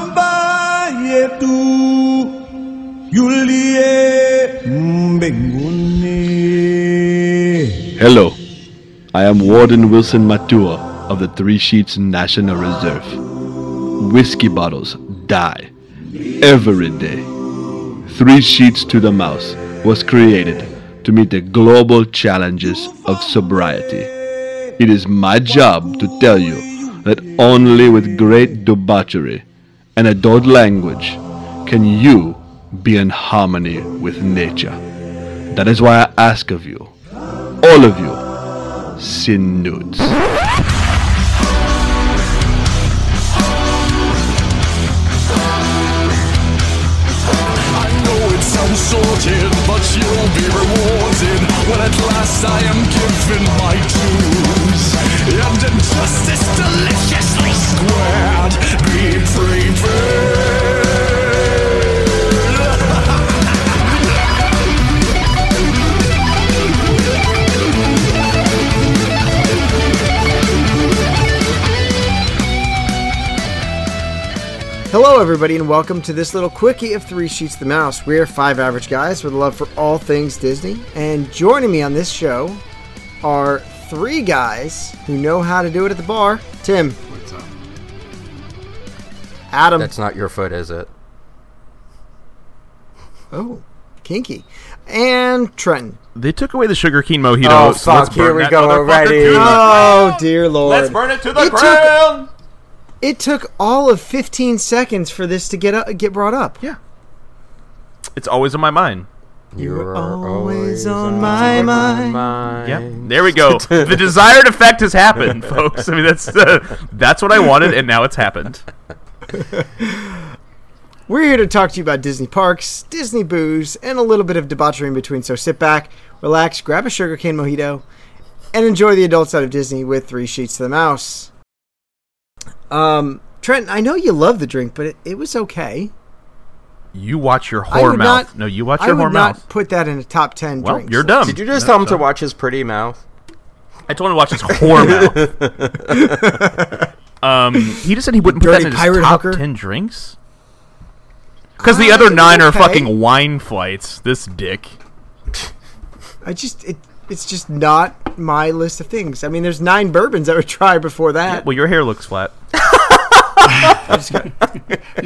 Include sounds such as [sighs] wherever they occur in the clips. Bamba yetu yuliye mbinguni. Hello, I am Warden Wilson Matua of the Three Sheets National Reserve. Whiskey bottles die every day. Three Sheets to the Mouse was created to meet the global challenges of sobriety. It is my job to tell you that only with great debauchery and adult language can you be in harmony with nature. That is why I ask of you all of you, sin nudes. I know it sounds sordid, but you'll be rewarded when at last I am given my dues. And injustice deliciously squared, be prepared. Hello, everybody, and welcome to this little quickie of Three Sheets to the Mouse. We're five average guys with a love for all things Disney, and joining me on this show are three guys who know how to do it at the bar. Tim. What's up? Adam. That's not your foot, is it? oh, kinky. And Trenton. They took away the sugarcane mojito. Oh, so let's fuck, here burn we that go motherfucker already. to the- Oh, dear lord. it to the It took- ground! It took all of 15 seconds for this to get up, get brought up. Yeah. It's always on my mind. You're always on my mind. Yeah. There we [laughs] go. the desired effect has happened, folks. I mean, that's uh, that's what I wanted, and now it's happened. We're here to talk to you about Disney parks, Disney booze, and a little bit of debauchery in between. So sit back, relax, grab a sugarcane mojito, and enjoy the adult side of Disney with Three Sheets to the Mouse. Um, Trent, I know you love the drink, but it, it was okay. You watch your I whore would mouth. not- no, you watch I your would whore not mouth. put that in a top ten. Well, drinks you're list. dumb. Did you just tell him to so- watch his pretty mouth? I told him to watch his [laughs] whore mouth. Um, he just said he wouldn't put Dirty that in his pirate top hooker. ten drinks. Ah, Because the Uh, other it's nine are okay. fucking wine flights. This dick. I just it, it's just not my list of things. I mean, there's nine bourbons I would try before that. Well, your hair looks flat. You're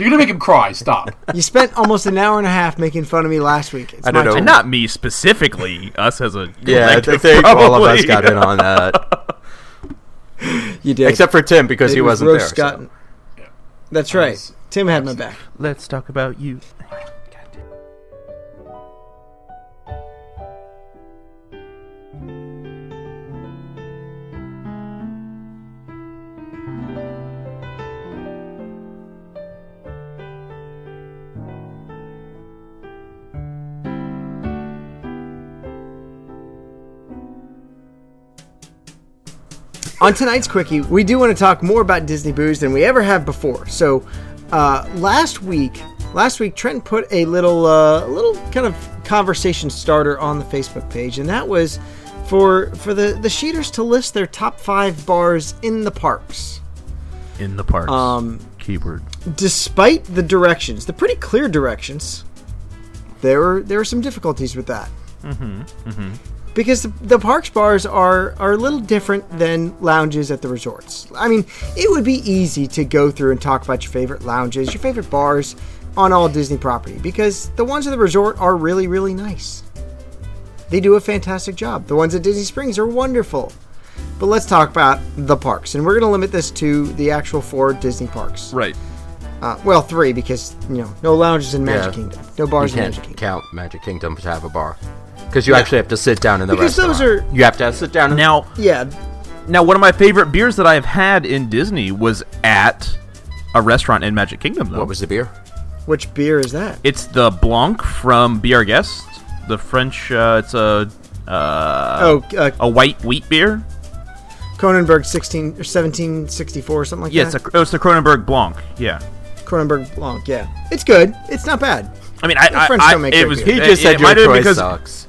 gonna make him cry. Stop. you spent almost an hour and a half making fun of me last week. It's I don't my know. turn. And not me specifically. Us as a [laughs] Yeah, I collective, think all of us probably. got [laughs] in on that, You did. except for Tim because he It was wasn't there. roast gotten- That's right. Tim had my back. Let's talk about you. On tonight's quickie, we do want to talk more about Disney booze than we ever have before. So, uh, last week, last week Trenton put a little, uh, little kind of conversation starter on the Facebook page, and that was for for the the sheeters to list their top five bars in the parks. in the parks. Um, keyword. despite the directions, the pretty clear directions, there were there were some difficulties with that. Mm-hmm. Mm-hmm. Because the, the parks bars are are a little different than lounges at the resorts. I mean, it would be easy to go through and talk about your favorite lounges, your favorite bars on all Disney property because the ones at the resort are really really nice. They do a fantastic job. The ones at Disney Springs are wonderful. But let's talk about the parks, and we're going to limit this to the actual four Disney parks. Right. Uh, well, three because you know no lounges in Magic Yeah. Kingdom, no You bars in Magic can't Kingdom. count Magic Kingdom to have a bar because you actually have to sit down in the Because restaurant. those are- you have to sit down in Now, Yeah, now one of my favorite beers that I have had in Disney was at a restaurant in Magic Kingdom. Though. What was the beer? which beer is that? It's the Blanc from Be Our Guest, the French. Uh, it's a uh, oh, uh, a white wheat beer. Cronenberg sixteen or seventeen sixty four, something like Yeah, it's that. a, oh, it's the Kronenberg Blanc. Yeah. Cronenberg Blanc. Yeah, it's good. It's not bad. I mean, I, I, French I- don't make it great was. beer. He it- just it said your might have been choice because sucks.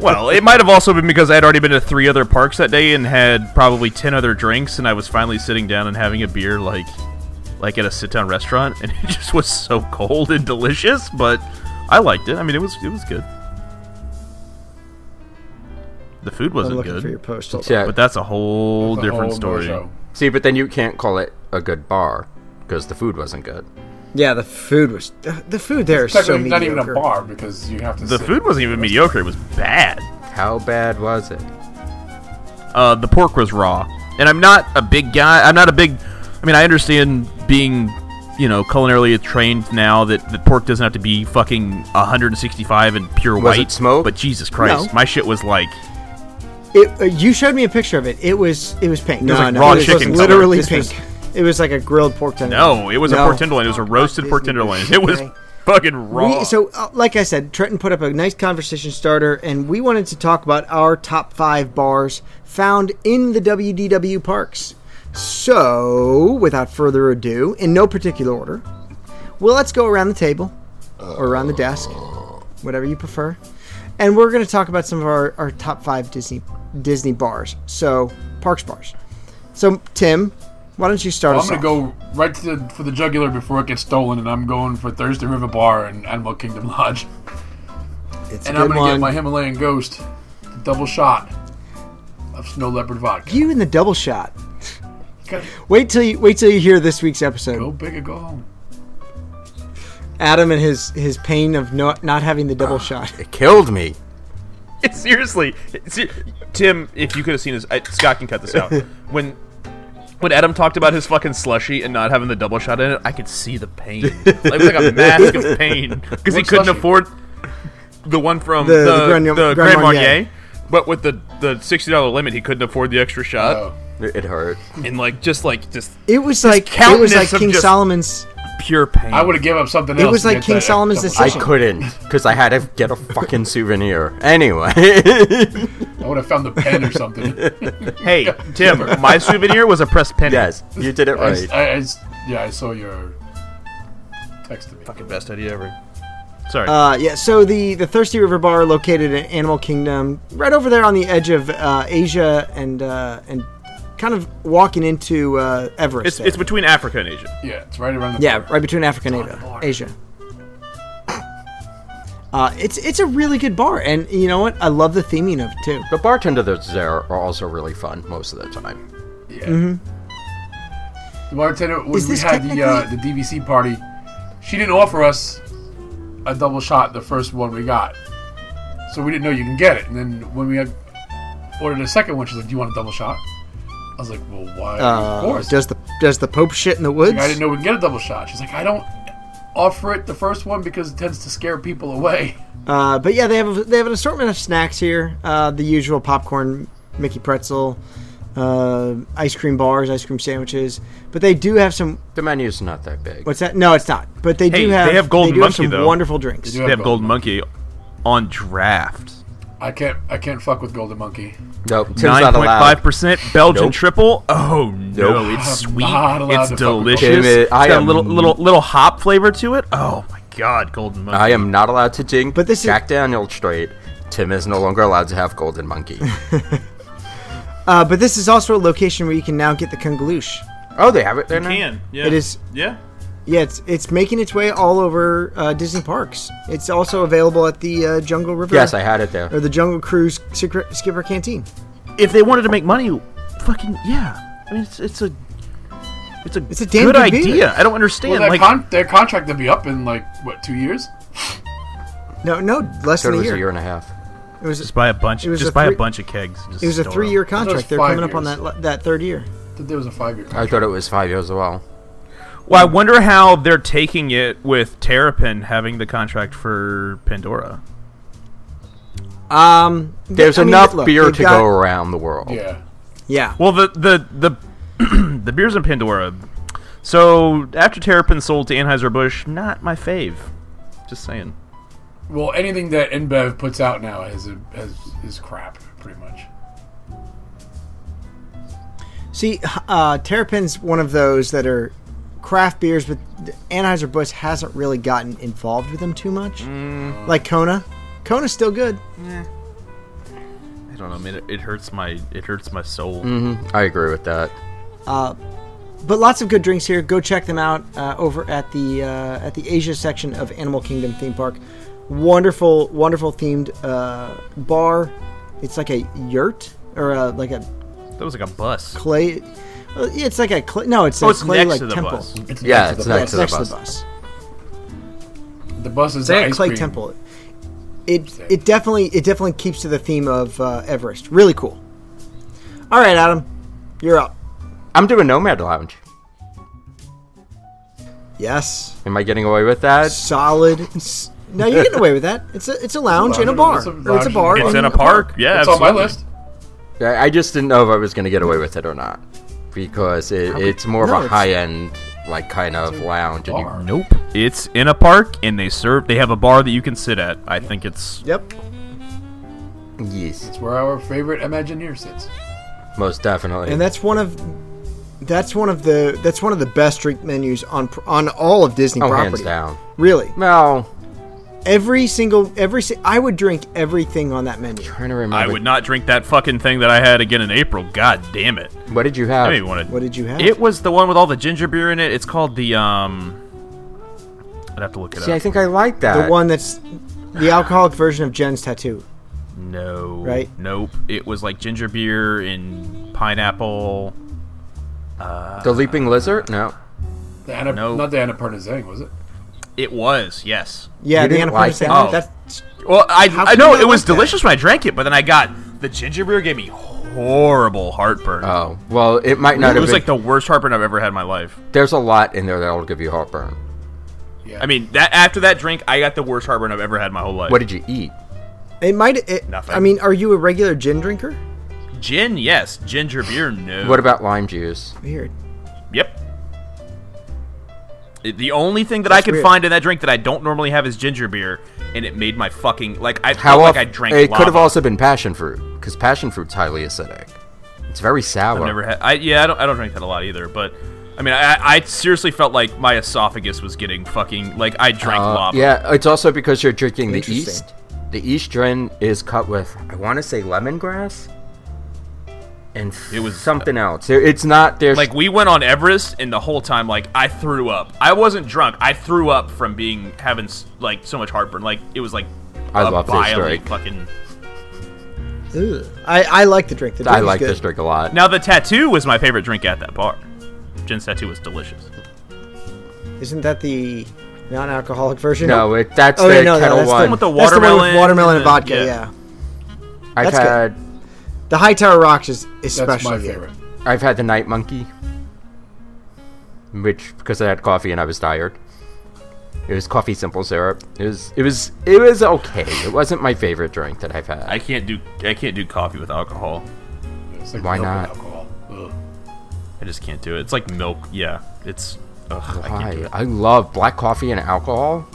well, it might have also been because I had already been to three other parks that day and had probably ten other drinks, and I was finally sitting down and having a beer like like at a sit-down restaurant, and it [laughs] just was so cold and delicious. But I liked it. I mean, it was it was good. The food I'm wasn't looking for your good, post. Hold on. Yeah. but that's a whole different Oh, story. no-show. See, but then you can't call it a good bar because the food wasn't good. Yeah, the food was the, the food there is so Technically, not mediocre. even a bar because you have to. The sit. food wasn't even mediocre; it was bad. How bad was it? Uh, the pork was raw, and I'm not a big guy. I'm not a big. I mean, I understand being, you know, culinarily trained now that the pork doesn't have to be fucking 165 and pure Was it white smoked? But Jesus Christ, No. my shit was like It, uh, you showed me a picture of it. It was it was pink. was no, like no, raw it was chicken color. literally This pink. was- It was like a grilled pork tenderloin. no. oh, It was a No. pork tenderloin. It was a roasted pork Disney tenderloin. Disney It was Day. fucking raw. We, so, uh, like I said, Trenton put up a nice conversation starter, and we wanted to talk about our top five bars found in the WDW parks. So, without further ado, in no particular order, well, let's go around the table or around the desk, whatever you prefer, and we're going to talk about some of our, our top five Disney Disney bars. So, parks bars. So, Tim, why don't you start I'm us gonna off? go right to the, for the jugular before it gets stolen, and I'm going for Thursday River Bar and Animal Kingdom Lodge, It's a and I'm good gonna one. get my Himalayan Ghost the double shot of Snow Leopard vodka. you in the double shot. Okay. Wait till you wait till you hear this week's episode. Go big or go home. Adam and his his pain of not not having the Ah, double shot. It killed me. [laughs] Seriously, se- Tim, if you could have seen this, I, Scott can cut this out. when when Adam talked about his fucking slushy and not having the double shot in it, I could see the pain. Like, it was like a mask of pain because he What couldn't slushie? afford the one from The- the the the, Grand- Grand Grand, Marnier. Marnier. But with the, the sixty dollar limit, he couldn't afford the extra Uh, shot, Oh, It it hurt. and like just like just It was like it was countenance like of King just- Solomon's. pure pain. I would have given up something else. was to like get King that Solomon's double I decision. shot. couldn't because I had to get a fucking souvenir. Anyway, [laughs] I would have found the pen [laughs] or something. Hey, Tim, my souvenir was a pressed penny. yes, you did it I s- right. I- I s- yeah, I saw your text to me. fucking best idea ever. Sorry. Uh, yeah, so the the Thirsty River Bar located in Animal Kingdom, right over there on the edge of uh, Asia and uh, and kind of walking into uh, Everest. it's there. it's between Africa and Asia. Yeah, it's right around the Yeah, corner. right between Africa and Asia. Asia. [coughs] Uh, it's it's a really good bar, and you know what? I love the theming of it too. The bartender that's there are also really fun most of the time. Yeah. The bartender, when Mm-hmm. Is we this had the uh, the technically- DVC party, she didn't offer us a double shot the first one we got, so we didn't know you can get it. And then when we had ordered a second one, she's like, "Do you want a double shot?" I was like, "Well, why? of Uh, course." does the does the Pope shit in the woods? I didn't know we can get a double shot. She's like, "I don't offer it the first one because it tends to scare [laughs] people away." Uh, but yeah, they have a, they have an assortment of snacks here. Uh, the usual popcorn, Mickey pretzel, uh, ice cream bars, ice cream sandwiches. But they do have some. The menu's not that big. What's that? No, it's not. But they Hey, do they have. have Golden do Monkey, some though. wonderful drinks. do They have Yeah, Golden Monkey on draft. I can't. I can't fuck with Golden Monkey. Nope, Tim's Nine not point five allowed. percent Belgian Nope. triple. Oh no, Nope. it's I'm [laughs] sweet. not allowed It's to fuck with delicious. Golden Monkey. It's I got a am- little little little hop flavor to it. Oh my god, golden monkey. I am not allowed to drink But this is- Jack Daniel straight. Tim is no longer allowed to have Golden Monkey. Uh, but this is also a location where you can now get the kungaloosh. oh, they have it there now? can. Yeah. It is- Yeah. Yeah, it's it's making its way all over uh, Disney parks. It's also available at the uh, Jungle River. Yes, I had it there. or the Jungle Cruise Secret- Skipper Canteen. If they wanted to make money, fucking yeah. I mean, it's it's a it's a It's a damn good good beer. idea. I don't understand. Well, their, like con- their contract to be up in like what two years? No, no, less So it than a was year. a year and a half. It was just buy a bunch. It was Just a buy three- a bunch of kegs. and just it was a store 'em. three year contract. They're five coming up on years. that le- that third year. That there was a five-year I contract. thought it was five years as well. Well, I wonder how they're taking it with Terrapin having the contract for Pandora. Um, There's I mean, enough look, beer they've to got- go around the world. Yeah. Yeah, Well, the the the the [clears throat] beers in Pandora. So after Terrapin sold to Anheuser Busch, not my fave. Just saying. Well, anything that InBev puts out now is a, is, is crap, pretty much. see, uh, Terrapin's one of those that are craft beers, but Anheuser Busch hasn't really gotten involved with them too much. Like Kona, Kona's still good. Mm-hmm. I don't know. I mean, it, it hurts my it hurts my soul. I agree with that. but lots of good drinks here. Go check them out uh, over at the uh, at the Asia section of Animal Kingdom theme park. Wonderful, wonderful themed uh, bar. It's like a yurt or a, like a That was like a bus. clay. uh, It's like a clay. No, it's Oh, a it's clay next like to the temple. bus. Yeah, it's Yeah, next it's to the next to bus. the bus. The bus is It's like the a ice clay cream. temple. It it definitely it definitely keeps to the theme of uh, Everest. Really cool. All right, Adam, you're up. I'm doing Nomad Lounge. Yes, Am I getting away with that? solid. s- No, you're getting away with that. It's a it's a lounge and a bar. It's a Or it's a lounge. bar. It's and in a park. Yeah, It's on my absolutely. list. I I just didn't know if I was going to get away with it or not because it, it's more No, of a it's- high end, like kind of lounge. And bar. you, Nope. It's in a park, and they serve. They have a bar that you can sit at. I think it's Yep. yes, It's where our favorite Imagineer sits. most definitely. And that's one of that's one of the that's one of the best drink menus on pr- on all of Disney oh, hands property. down. Really, No, every single every si- I would drink everything on that menu. trying to remember. I would not drink that fucking thing that I had again in April. God damn it! What did you I have? don't even want to. What did you have? It was the one with all the ginger beer in it. It's called the um. I'd have to look it See, I up. think I like that. the one that's the alcoholic version of Jen's tattoo. No. Right? Nope. It was like ginger beer and pineapple. the leaping lizard? No. The Annap- No. Not the Annapurna Zang, was it? It was yes. Yeah, You the didn't Annapurna like Sandwich. that? Oh. That's Well, I How I could know you not it was like that? delicious when I drank it, but then I got the ginger beer gave me horrible heartburn. Oh, well, it might not it have was been. like the worst heartburn I've ever had in my life. There's a lot in there that'll give you heartburn. I mean, that after that drink, I got the worst heartburn I've ever had in my whole life. What did you eat? it. Might it, Nothing. I mean, are you a regular gin drinker? Gin, yes. Ginger beer, no. What about lime juice? Weird. Yep. It- The only thing that I That's could weird. find in that drink that I don't normally have is ginger beer, and it made my fucking like I How felt like of- I drank. It could have lava. also been passion fruit because passion fruit's highly acidic. It's very sour. I've never had. I, yeah, I don't. I don't drink that a lot either. But I mean, I, I seriously felt like my esophagus was getting fucking like I drank Uh, lava. Yeah, it's also because you're drinking the Interesting. yeast. The yeast gin is cut with I want to say lemongrass and It was- uh, something else. It- It's not there's Like we went on Everest, and the whole time, like I threw up. I wasn't drunk. I threw up from being having s- like so much heartburn. Like it was like I a love this vilely drink. Fucking. Ugh. I, I like the drink. The drink I is like good. this drink a lot. Now the tattoo was my favorite drink at that bar. Jen's tattoo was delicious. Isn't that the non-alcoholic version? No, it, that's Oh, the yeah, no, no, kettle that's the- one. With the That's the one watermelon, with watermelon and- and vodka. Yeah. yeah. I've that's good. had The High Tower Rocks is That's especially my good. favorite. I've had the night monkey, which because I had coffee and I was tired. It was coffee simple syrup. It was it was it was okay. It wasn't my favorite drink that I've had. I can't do I can't do coffee with alcohol. It's like Why milk not? With alcohol. Ugh. I just can't do it. It's like milk. Yeah, it's. Ugh, I can't do Why? it. I love black coffee and alcohol.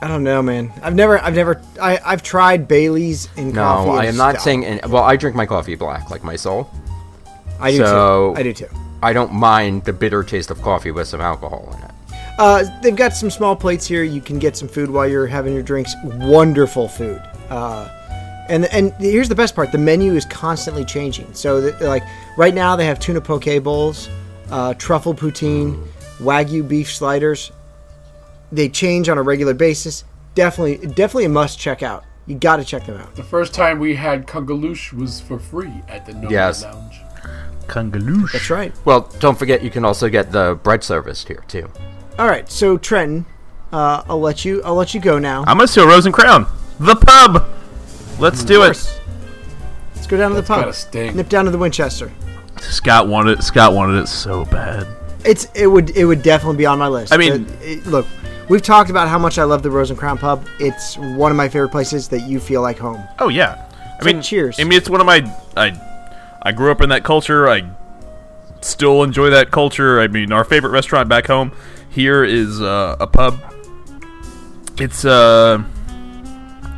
I don't know, man. I've never, I've never, I, I've tried Bailey's in No, coffee. I and am not stout. saying. Any, well, I drink my coffee black, like my soul. I do so- too. I do too. I don't mind the bitter taste of coffee with some alcohol in it. Uh, they've got some small plates here. You can get some food while you're having your drinks. Wonderful food. Uh, and and here's the best part: the menu is constantly changing. So that, like right now, they have tuna poke bowls, uh, truffle poutine, wagyu beef sliders. They change on a regular basis. Definitely, definitely a must check out. You got to check them out. The first time we had Kungaloosh was for free at the Nomad Yes. Lounge. Kangaloosh. That's right. Well, don't forget you can also get the bread serviced here too. All right. So Trenton, uh, I'll let you. I'll let you go now. I'm gonna steal Rose and Crown. The pub. Let's do it. Let's go down to the Gotta pub. sting. Nip down to the Winchester. Scott wanted. Scott wanted it so bad. It's it would it would definitely be on my list. I mean- The- it- look, we've talked about how much I love the Rose and Crown Pub. It's one of my favorite places that you feel like home. Oh yeah. I mean, cheers. I mean, it's one of my. I, I grew up in that culture. I still enjoy that culture. I mean, our favorite restaurant back home here is uh, a pub. It's uh,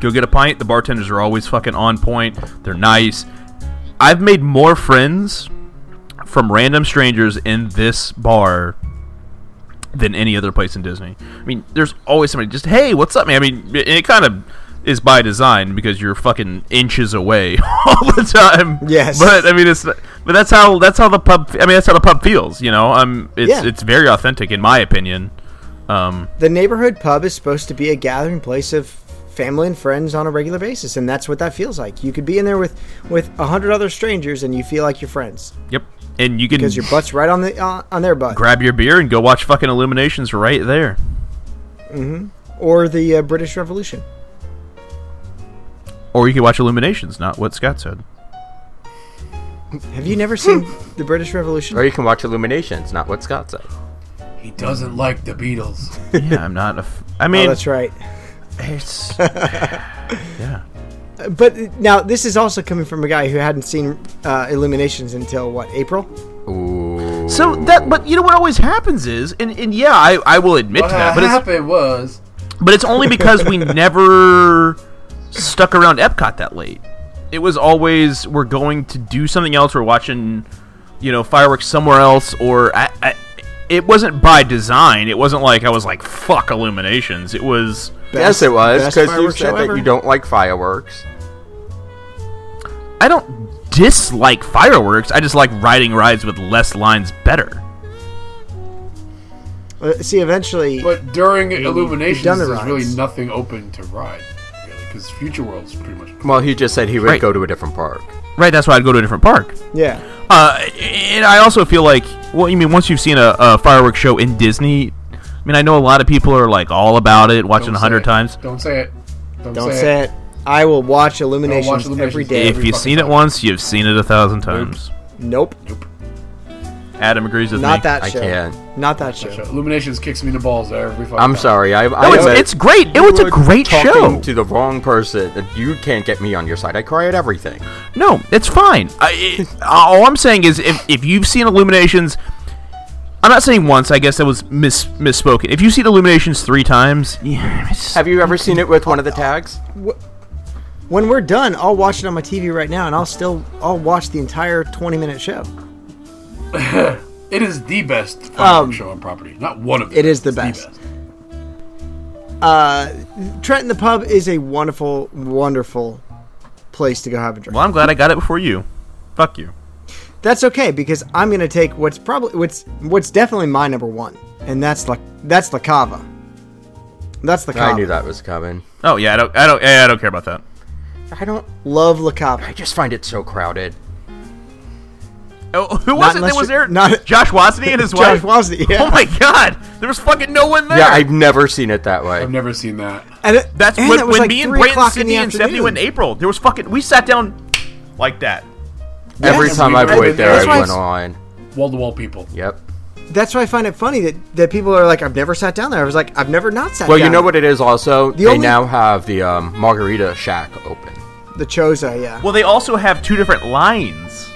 go get a pint. The bartenders are always fucking on point. They're nice. I've made more friends from random strangers in this bar than any other place in Disney. I mean, there's always somebody just, hey, what's up, man? I mean, it, it kind of is by design because you're fucking inches away [laughs] all the time. Yes. But I mean, it's but that's how that's how the pub. I mean, that's how the pub feels. You know, um, it's Yeah. it's very authentic in my opinion. Um, The neighborhood pub is supposed to be a gathering place of family and friends on a regular basis, and that's what that feels like. You could be in there with with a hundred other strangers, and you feel like you're friends yep. And you can because your butt's right on the on, on their butt, grab your beer and go watch fucking Illuminations right there. or the uh, British Revolution. Or you can watch Illuminations, not what Scott said. Have you never seen Hmm. the British Revolution? Or you can watch Illuminations, not what Scott said. He doesn't like the Beatles. Yeah, I'm not a. F- I Oh, mean, that's right. [laughs] it's But uh, now this is also coming from a guy who hadn't seen uh, Illuminations until what April. Ooh. so that. But you know what always happens is, and, and yeah, I, I will admit What to that. But it's happened was But it's only because [laughs] we never stuck around Epcot that late. It was always we're going to do something else. We're watching, you know, fireworks somewhere else, or I, I, it wasn't by design. It wasn't like I was like fuck Illuminations. It was yes, it was best because you fireworks said show that ever. you don't like fireworks. I don't dislike fireworks. I just like riding rides with less lines better. Uh, see, eventually, But during you've Illuminations, done the there's really rides. nothing open to ride, really, because Future World's pretty much. Well, he just said he would Right. go to a different park. Right. That's why I'd go to a different park. yeah, Uh, and I also feel like, well, you mean once you've seen a, a fireworks show in Disney, I mean, I know a lot of people are like all about it, watching Don't a say hundred it. times. Don't say it. Don't, don't say it. I will watch Illuminations, every Illuminations. day. If you've fucking seen it time. once, you've seen it a thousand times. Nope, Adam agrees with me. not that I show. can't. Not that So show. Illuminations kicks me in the balls every fucking. I'm time. sorry. I, No, I it's, was- it's great. It was you a were great talking show. To the wrong person, and you can't get me on your side. I cry at everything. No, it's fine. I, it, uh, all I'm saying is, if, if you've seen Illuminations, I'm not saying once. I guess that was mis misspoken. If you've seen Illuminations three times, yeah, it's- Have you ever seen it with one of the tags? When we're done, I'll watch it on my TV right now, and I'll still I'll watch the entire twenty minute show. It is the best fireworks Um, show on property. Not one of them. it is the It's best. Trenton Uh, the pub is a wonderful, wonderful place to go have a drink. well, I'm glad I got it before you. Fuck you. That's okay because I'm gonna take what's probably what's what's definitely my number one, and that's like that's La Cava. That's the Cava. I knew that was coming. Oh yeah, I don't, I don't, yeah, I don't care about that. I don't. Love La Cava. I just find it so crowded. Oh, [laughs] who was it unless that was you're- there? not- Josh Wozny and his Josh wife. Wozniak, [laughs] yeah. Oh my God, there was fucking no one there. Yeah, I've never seen it that way. I've never seen that. And it- That's and when, that was when like me and 3 Brandon, o'clock in the Sydney, and Stephanie afternoon. went in April. There was fucking. We sat down like that. Every Yes. time I I've went been there, there. I That's why went it's- on. Wall to wall people. Yep. That's why I find it funny that, that people are like, I've never sat down there. I was like, I've never not sat Well, down. you know what it is. Also, they only- now have the um, margarita shack open. The Choza, yeah. Well, they also have two different lines.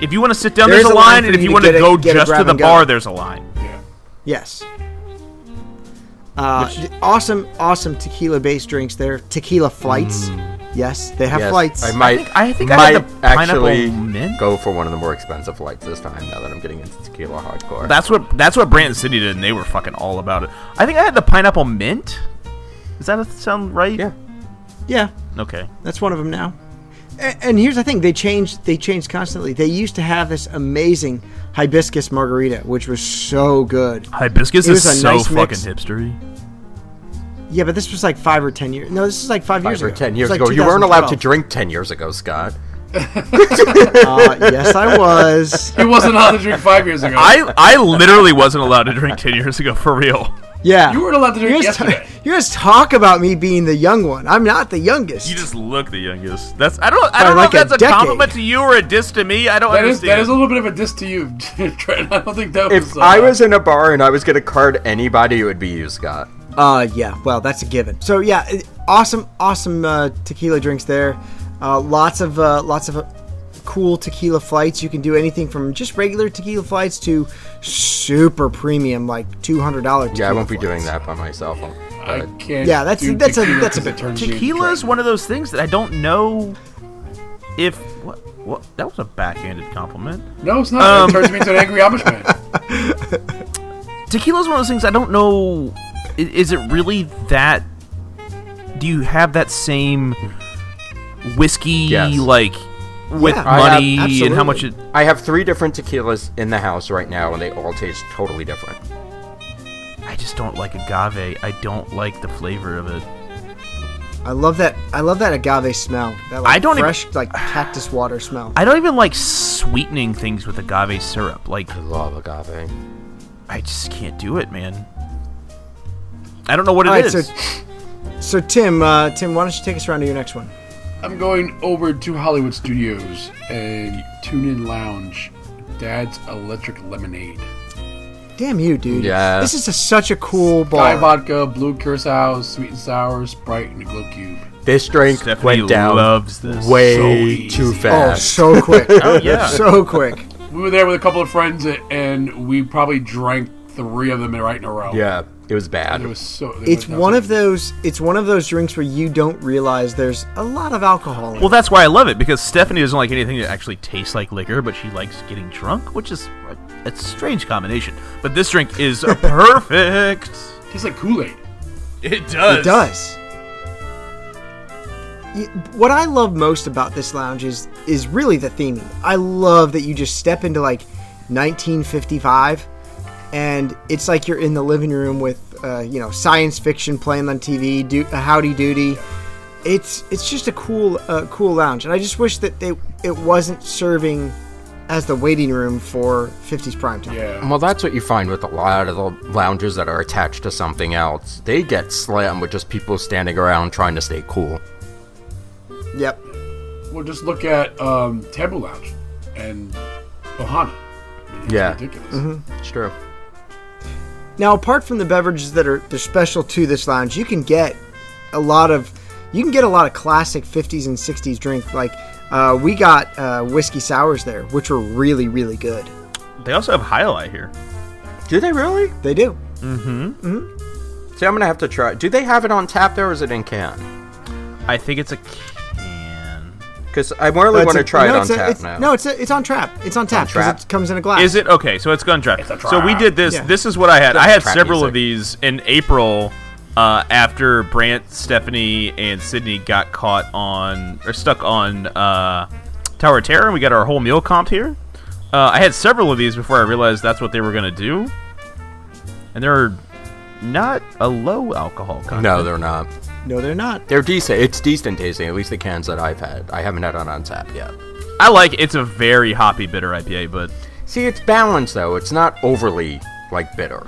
If you want to sit down, There there's, is a line, and for if you you to want to get a- go get a just to grab the and go. bar, there's a line. Yeah. Yes. Uh, d- awesome, awesome tequila based drinks there. Tequila flights. Yes, they have Mm. Yes, flights. I might. I think I might had the pineapple actually mint. go for one of the more expensive flights this time. Now that I'm getting into tequila hardcore. That's what that's what Brandon City did, and they were fucking all about it. I think I had the pineapple mint. Does that sound right? yeah. yeah, Okay. that's one of them now. And, and here's the thing: they changed. They changed constantly. They used to have this amazing hibiscus margarita, which was so good. Hibiscus It is was a so nice fucking mix. hipstery. Yeah, but this was like five or ten years. No, this is like five, Five years or ago. ten It's years like ago, you weren't allowed to 2012. drink ten years ago, Scott. Uh, yes, I was. He wasn't allowed to drink five years ago. I I literally wasn't allowed to drink ten years ago for real. Yeah, You weren't allowed to You drink guys, yesterday. you guys talk about me being the young one. I'm not the youngest. You just look the youngest. That's I don't I By don't like know a if that's a, decade. compliment to you or a diss to me. I don't That is understand. that is a little bit of a diss to you, [laughs] Trent. I don't think that was. uh, If I was in a bar and I was gonna card anybody, it would be you, Scott. Uh, yeah. Well, that's a given. So yeah, i- awesome, awesome uh, tequila drinks there. Uh, lots of uh, lots of uh, cool tequila flights. You can do anything from just regular tequila flights to super premium, like two hundred dollars. Yeah, I won't be doing that by myself. I But can't. Yeah, that's- do that's a- tequila that's a 'cause bit- it turns you into Tequila is Trent. one of those things that I don't know if what what that was a backhanded compliment. No, it's not. Um, it turns me into an angry Amish [laughs] man. Tequila is one of those things I don't know. i- Is it really that do you have that same whiskey Yes. like with Yeah. I have- money and how much it? absolutely. I have three different tequilas in the house right now, and they all taste totally different. I just don't like agave. I don't like the flavor of it. I love that. I love that agave smell. That like, I e- don't ev- fresh like cactus water smell. I don't even like sweetening things with agave syrup. Like I love agave. I just can't do it, man. I don't know what it All right, is. so so Tim, uh, Tim, why don't you take us around to your next one? I'm going over to Hollywood Studios and Tune In Lounge, Dad's Electric Lemonade. Damn you, dude. Yeah. This is a, such a cool Sky bar. vodka, blue curacao, sweet and sour, Sprite, and a glow cube. This drink Stephanie went down loves this. way so too easy. oh, fast. so quick. yeah. So quick. We were there with a couple of friends and we probably drank three of them right in a row. yeah, it was bad. Oh, It was so. it It's was one of nothing. those. It's one of those drinks where you don't realize there's a lot of alcohol. In it. Well, that's why I love it because Stephanie doesn't like anything that actually tastes like liquor, but she likes getting drunk, which is a, a strange combination. But this drink is [laughs] a perfect. Tastes like Kool Aid. It does. It does. Y- What I love most about this lounge is is really the theming. I love that you just step into like 1955, and it's like you're in the living room with uh, you know science fiction playing on TV, do, uh, Howdy Doody. It's it's just a cool uh, cool lounge, and I just wish that they it wasn't serving as the waiting room for 50s prime time. Yeah. Well, that's what you find with a lot of the lounges that are attached to something else. They get slammed with just people standing around trying to stay cool. Yep. Well, just look at um, Taboo Lounge and Ohana. I mean, it's Yeah. Ridiculous. Mm-hmm. It's true. Now, apart from the beverages that are they're special to this lounge, you can get a lot of you can get a lot of classic 50s and 60s drink. Like uh, we got uh, whiskey sours there, which were really really good. They also have highlight here. Do they really? They do. See, I'm gonna have to try. Do they have it on tap there, or is it in can? I think it's a can. Because I really That's want to a- try no, it on it's a- tap it's- now. No, it's a, it's on trap. It's on tap trap. because it comes in a glass. Is it okay? So it's gun trap. It's a So we trap. did this. Yeah. This is what I had. I had Trap several music. of these in April. Uh, after Brant, Stephanie, and Sydney got caught on or stuck on uh, Tower of Terror, and we got our whole meal comped here. Uh, I had several of these before I realized that's what they were gonna do, and they're not a low alcohol content. No, they're not. No, they're not. They're decent. It's decent tasting. At least the cans that I've had. I haven't had it on tap yet. I like it's a very hoppy bitter IPA, but See, it's balanced though. It's not overly like bitter.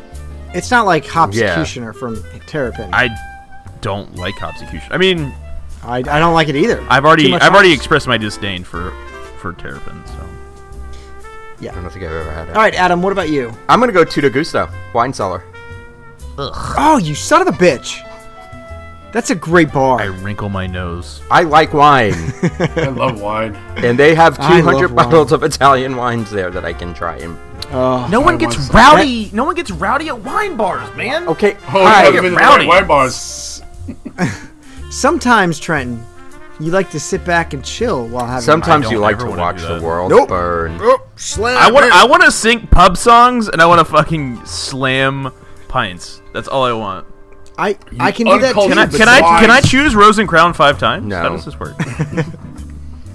It's not like Yeah. Hopsecutioner from Terrapin. I, I don't like Hopsecution. I mean, I, don't like it either. I've Too already much I've already hops. expressed my disdain for for Terrapin, so. I don't think I've ever had it. All right, Adam. What about you? I'm gonna go Tito Gusto wine cellar. Oh, you son of a bitch! That's a great bar. I wrinkle my nose. I like wine, I [laughs] love wine. and they have I love 200 wine. bottles of Italian wines there that I can try. And No one gets want some. rowdy. No one gets rowdy at wine bars, man. okay, Oh, hi. I've been to the right brownie. wine bars. Sometimes, Trenton, you like to sit back and chill while having. Sometimes I you don't like ever to wanna watch do the that. world Nope. burn. Oh, slam! I want I want to sing pub songs and I want to fucking slam pints. That's all I want. I I can do that too. uncultured Can I But can I why? can I choose Rose and Crown five times? No. How does this [laughs] work?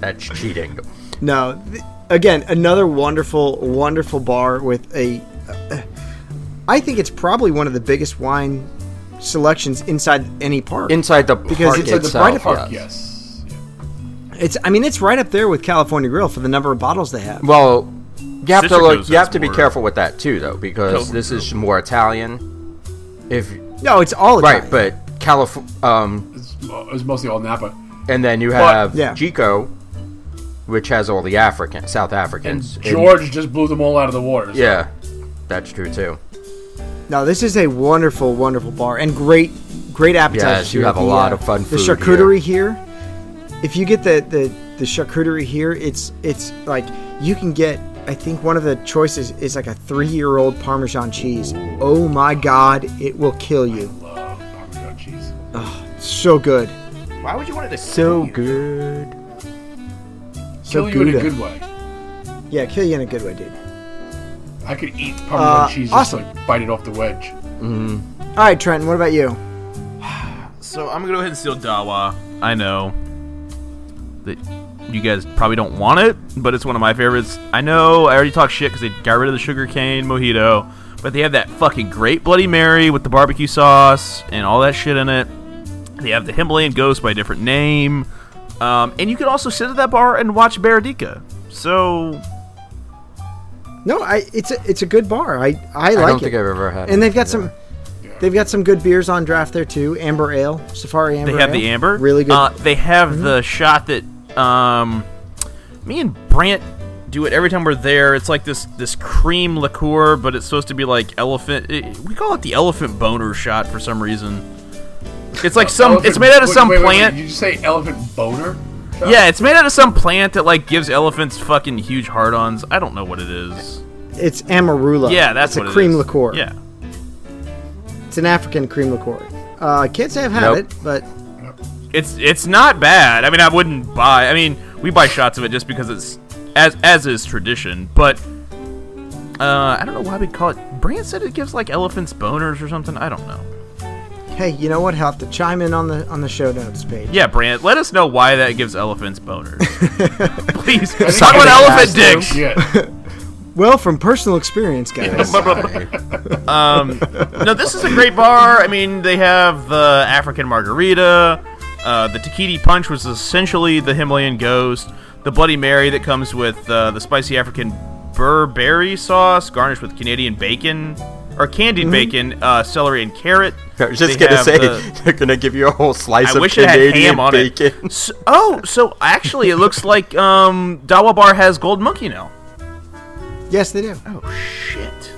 That's cheating. No, th- again, another wonderful, wonderful bar with a. uh, I think it's probably one of the biggest wine selections inside any park. Inside the park it's like the itself, Pride of yes. Park, Yes. it's I mean it's right up there with California Grill for the number of bottles they have. Well, you have to Citrico's look. You have is to be more- careful with that too, though, because Totally this is more Italian. If No, it's all right, Italian. but California, um, It's, mo- it's mostly all Napa. and then you have yeah. Chico, which has all the African, South Africans. and- George just blew them all out of the water. so- yeah, that's true too. no, this is a wonderful, wonderful bar and great, great appetizers. Yes, you here. have a The, lot of fun The food here. charcuterie here. If you get the, the the charcuterie here, it's it's like you can get. I think one of the choices is like a three year old Parmesan cheese. Oh my God, it will kill you. Love Parmesan cheese. So good. Why would you want it to so good? So Kill you in a Gouda. good way. Yeah, kill you in a good way, dude. I could eat Parmesan Uh, cheese awesome. just like bite it off the wedge. All right, Trenton, what about you? So I'm gonna go ahead and steal Dawa. I know that you guys probably don't want it, but it's one of my favorites. I know I already talked shit because they got rid of the sugarcane mojito, but they have that fucking great Bloody Mary with the barbecue sauce and all that shit in it. They have the Himalayan Ghost by a different name, um, and you can also sit at that bar and watch Baradika. So No, I it's a it's a good bar. I I like I don't it. think I've ever had. and they've anything got some they've got some good beers on draft there too. Amber Ale, Safari Amber. They have Ale. the amber. Really good. Mm-hmm. Uh, they have the shot that um, me and Brant do it every time we're there. It's like this this cream liqueur, but it's supposed to be like elephant. It, we call it the elephant boner shot for some reason. It's like some. Elephant- it's made out of wait, some wait, wait, wait, plant. Did you say elephant boner? yeah, it's made out of some plant that like gives elephants fucking huge hard-ons. I don't know what it is. it's Amarula. Yeah, that's it's what a it cream is. liqueur. Yeah. It's an African cream liqueur. Uh, can't say I've had Nope. it, but it's it's not bad. I mean, I wouldn't buy. I mean, we buy shots of it just because it's as as is tradition. But uh, I don't know why we call it. Brand said it gives like elephants boners or something. I don't know. hey, you know what? I'll have to chime in on the on the show notes page. Yeah, Brand, let us know why that gives elephants [laughs] boners. Please think talk about I elephant asked you. dicks. Yeah. Well, from personal experience, guys. No, this is a great bar. I mean, they have the African margarita, uh, the Takiti punch, which is essentially the Himalayan ghost, the Bloody Mary that comes with uh, the spicy African Burberry sauce, garnished with Canadian bacon or candied bacon, uh, celery and carrot. [laughs] Mm-hmm. I was just They gonna have say the- [laughs] they're gonna give you a whole slice I of wish it had Canadian ham on it. [laughs] bacon. S- oh, so actually, it looks like um, Dawa Bar has Gold Monkey now. [laughs] yes, they do. Oh shit!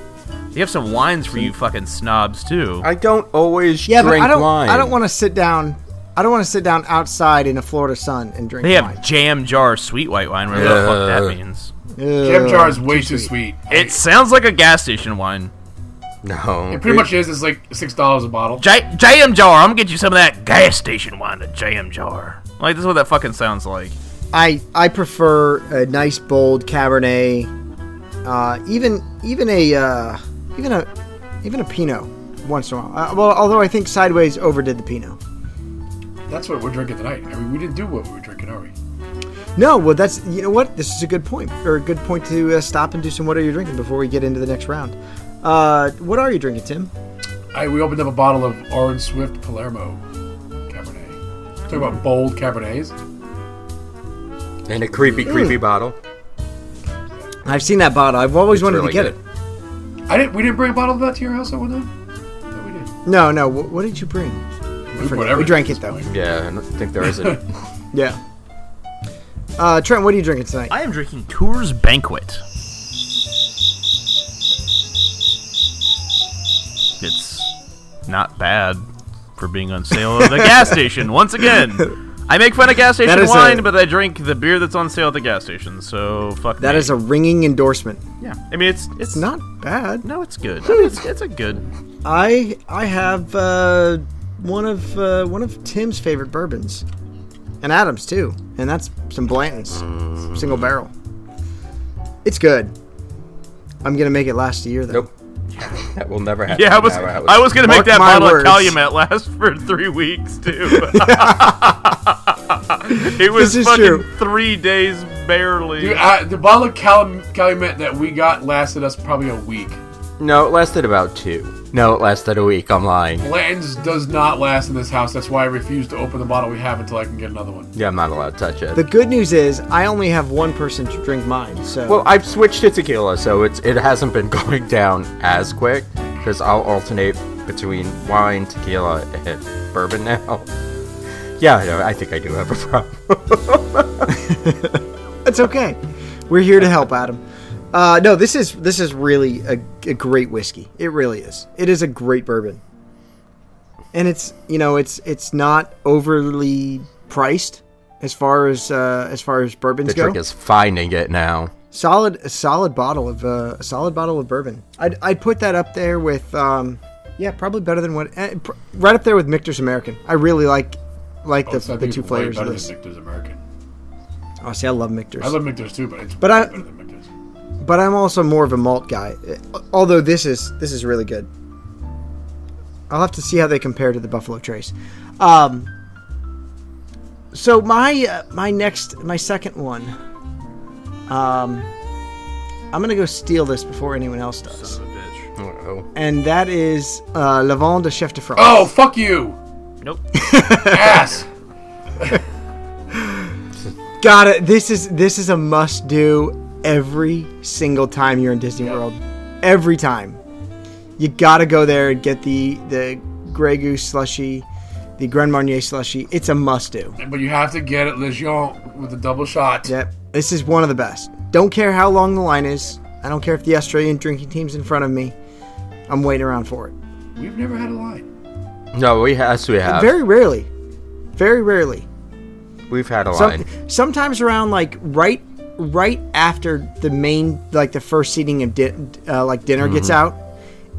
They have some wines for you fucking snobs too. I don't always Yeah, drink but I don't. wine. I don't want to sit down. I don't want to sit down outside in a Florida sun and drink They wine. have jam jar sweet white wine, whatever the fuck that means. Jam Ugh. jar is way too sweet. It sounds like a gas station wine. No, It pretty much is. It's like six dollars a bottle. J- jam jar. I'm gonna get you some of that gas station wine, the jam jar. Like this is what that fucking sounds like. I I prefer a nice bold Cabernet, uh, even even a uh, even a even a Pinot once in a while. Uh, well, although I think Sideways overdid the Pinot. That's what we're drinking tonight. I mean, we didn't do what we were drinking, are we? No, well that's you know what this is a good point or a good point to uh, stop and do some what are you drinking before we get into the next round. Uh, what are you drinking, Tim? I, we opened up a bottle of Orange Swift Palermo Cabernet. Talk about bold Cabernets. in a creepy, Mm. creepy bottle. I've seen that bottle. I've always wanted to really get good. it. I didn't. We didn't bring a bottle of that to your house at one time. No, we did. No, no. Wh- what did you bring? We, forget. whatever We drank is it, though. fine. Yeah, I don't think there [laughs] is a Yeah. Uh, Trent, what are you drinking tonight? I am drinking Tours Banquet. It's not bad for being on sale at the gas station once again. I make fun of gas station is a- wine, but I drink the beer that's on sale at the gas station. So fuck That me. is a ringing endorsement. yeah. I mean, it's it's Not bad. No, it's good. I mean, it's, it's a good. I I have uh, one of uh, one of Tim's favorite bourbons, and Adam's too, and that's some Blanton's, single barrel. It's good. I'm gonna make it last a year though. nope. That will never happen. Yeah, I was No, I was gonna make Mark that my bottle words. of Calumet last [laughs] for three weeks [laughs] too. [laughs] it was This is fucking true. three days barely. Dude, I, uh, the bottle of Cal- Calumet that we got lasted us probably a week. No, it lasted about two. No, it lasted a week. I'm lying. Blanton's does not last in this house. That's why I refuse to open the bottle we have until I can get another one. Yeah, I'm not allowed to touch it. The good news is I only have one person to drink mine, so well, I've switched to tequila, so it's it hasn't been [laughs] going down as quick because I'll alternate between wine, tequila, and bourbon now. [laughs] Yeah, I know, I think I do have a [laughs] problem. it's okay. We're here to help Adam. Uh, no, this is this is really a, a great whiskey. It really is. It is a great bourbon, and it's you know it's it's not overly priced as far as uh, as far as bourbons The go. trick is finding it now. solid a solid bottle of uh, a solid bottle of bourbon. I'd, I'd put that up there with um, yeah probably better than what eh, pr- right up there with Michter's American. I really like like Oh, So I the, the think two it's way flavors of better this. than Michter's American. Oh, see, I love Michter's. I love Michter's too, but it's But way I- better than Michter's. but I'm also more of a malt guy. Uh, Although this is this is really good. I'll have to see how they compare to the Buffalo Trace. Um, so my uh, my next my second one. Um, I'm gonna go steal this before anyone else does, Oh, and that is uh, Levon de Chef de France. Oh, fuck you, Nope. [laughs] ass. Got it. This is this is a must do every single time you're in Disney World. Every time. You got to go there and get the the Grey Goose slushy, the Grand Marnier slushy. It's a must do. But you have to get it, Legion, with the double shot. Yep. This is one of the best. Don't care how long the line is. I don't care if the Australian drinking team's in front of me. I'm waiting around for it. We've never had a line. no, we has we have Very rarely. Very rarely. we've had a Some, line. sometimes around like right right after the main like the first seating of di- uh, like dinner gets out,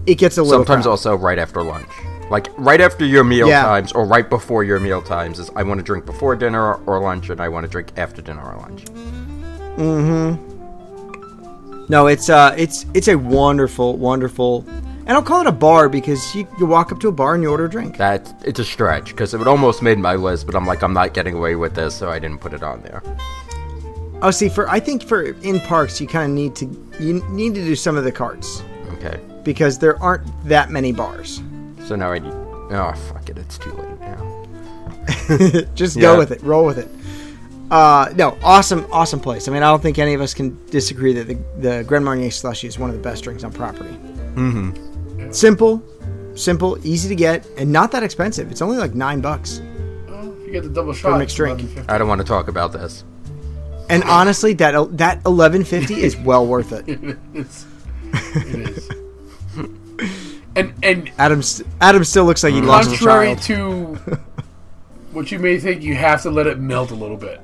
it gets a little. Sometimes crowded. also right after lunch, like right after your meal Yeah. times or right before your meal times. Is I want to drink before dinner or lunch, and I want to drink after dinner or lunch. no, it's uh, it's it's a wonderful, wonderful, and I'll call it a bar because you, you walk up to a bar and you order a drink. That it's a stretch because it almost made my list, but I'm like I'm not getting away with this, so I didn't put it on there. Oh, see, for I think for in parks you kind of need to you need to do some of the carts Okay, because there aren't that many bars. so now I need. Oh fuck it, it's too late now. Just Yeah. go with it. Roll with it. Uh, no, awesome, awesome place. I mean, I don't think any of us can disagree that the, the Grand Marnier slushy is one of the best drinks on property. Mm-hmm. Simple, simple, easy to get, and not that expensive. It's only like nine bucks. You get the double shot. mixed drink. $11.50. I don't want to talk about this. And honestly, that that eleven fifty is well worth it. It's, it is. and and Adam st- Adam still looks like he lost a contrary child. to [laughs] what you may think, you have to let it melt a little bit.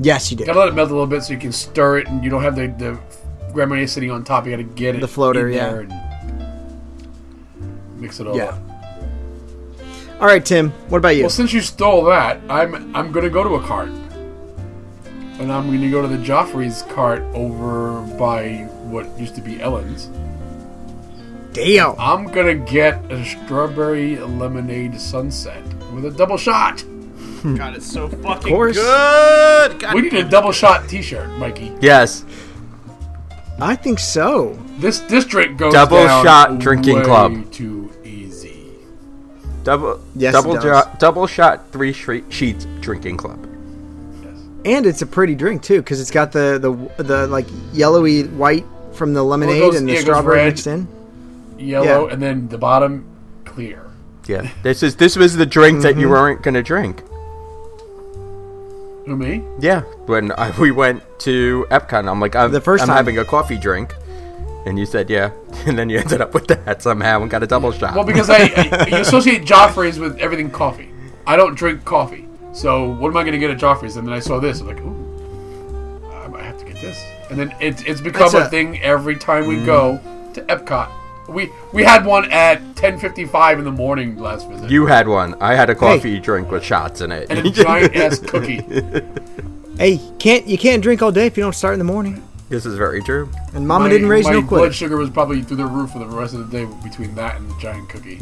Yes, you did. Gotta let it melt a little bit so you can stir it, and you don't have the the Grand Marnier sitting on top. You gotta get it The floater, in yeah. there and mix it all Yeah. up. All right, Tim. What about you? Well, since you stole that, I'm I'm gonna go to a cart, and I'm gonna go to the Joffrey's cart over by what used to be Ellen's. Damn. I'm gonna get a strawberry lemonade sunset with a double shot. God, it's so fucking course. good. God, We need a double shot T-shirt, Mikey. Yes, I think so. This this drink goes Double down shot drinking way club. Too easy. double Yes, it double does. jo- double shot three shre- sheets drinking club. And it's a pretty drink too, because it's got the the the like yellowy white from the lemonade goes- and the yeah, it goes strawberry red. mixed in. Yellow, Yeah. and then the bottom clear. [laughs] Yeah, this is this was the drink that Mm-hmm. you weren't gonna drink. Who me? Yeah, when I, we went to Epcot, I'm like, I'm, The first I'm time. having a coffee drink, and you said yeah, [laughs] and then you ended up with that somehow and got a double shot. Well, because I, I you associate Joffrey's with everything coffee. I don't drink coffee, so what am I going to get at Joffrey's? And then I saw this, I'm like, ooh, I might have to get this. And then it's it's become That's a, a- thing every time we go to Epcot. We we had one at 10:55 in the morning last visit. you had one. I had a coffee drink with shots in [laughs] it. [laughs] and a giant ass cookie. Hey, can't you can't drink all day if you don't start in the morning? this is very true. And Mama My- didn't raise my no blood quitter. sugar was probably through the roof for the rest of the day between that and the giant cookie.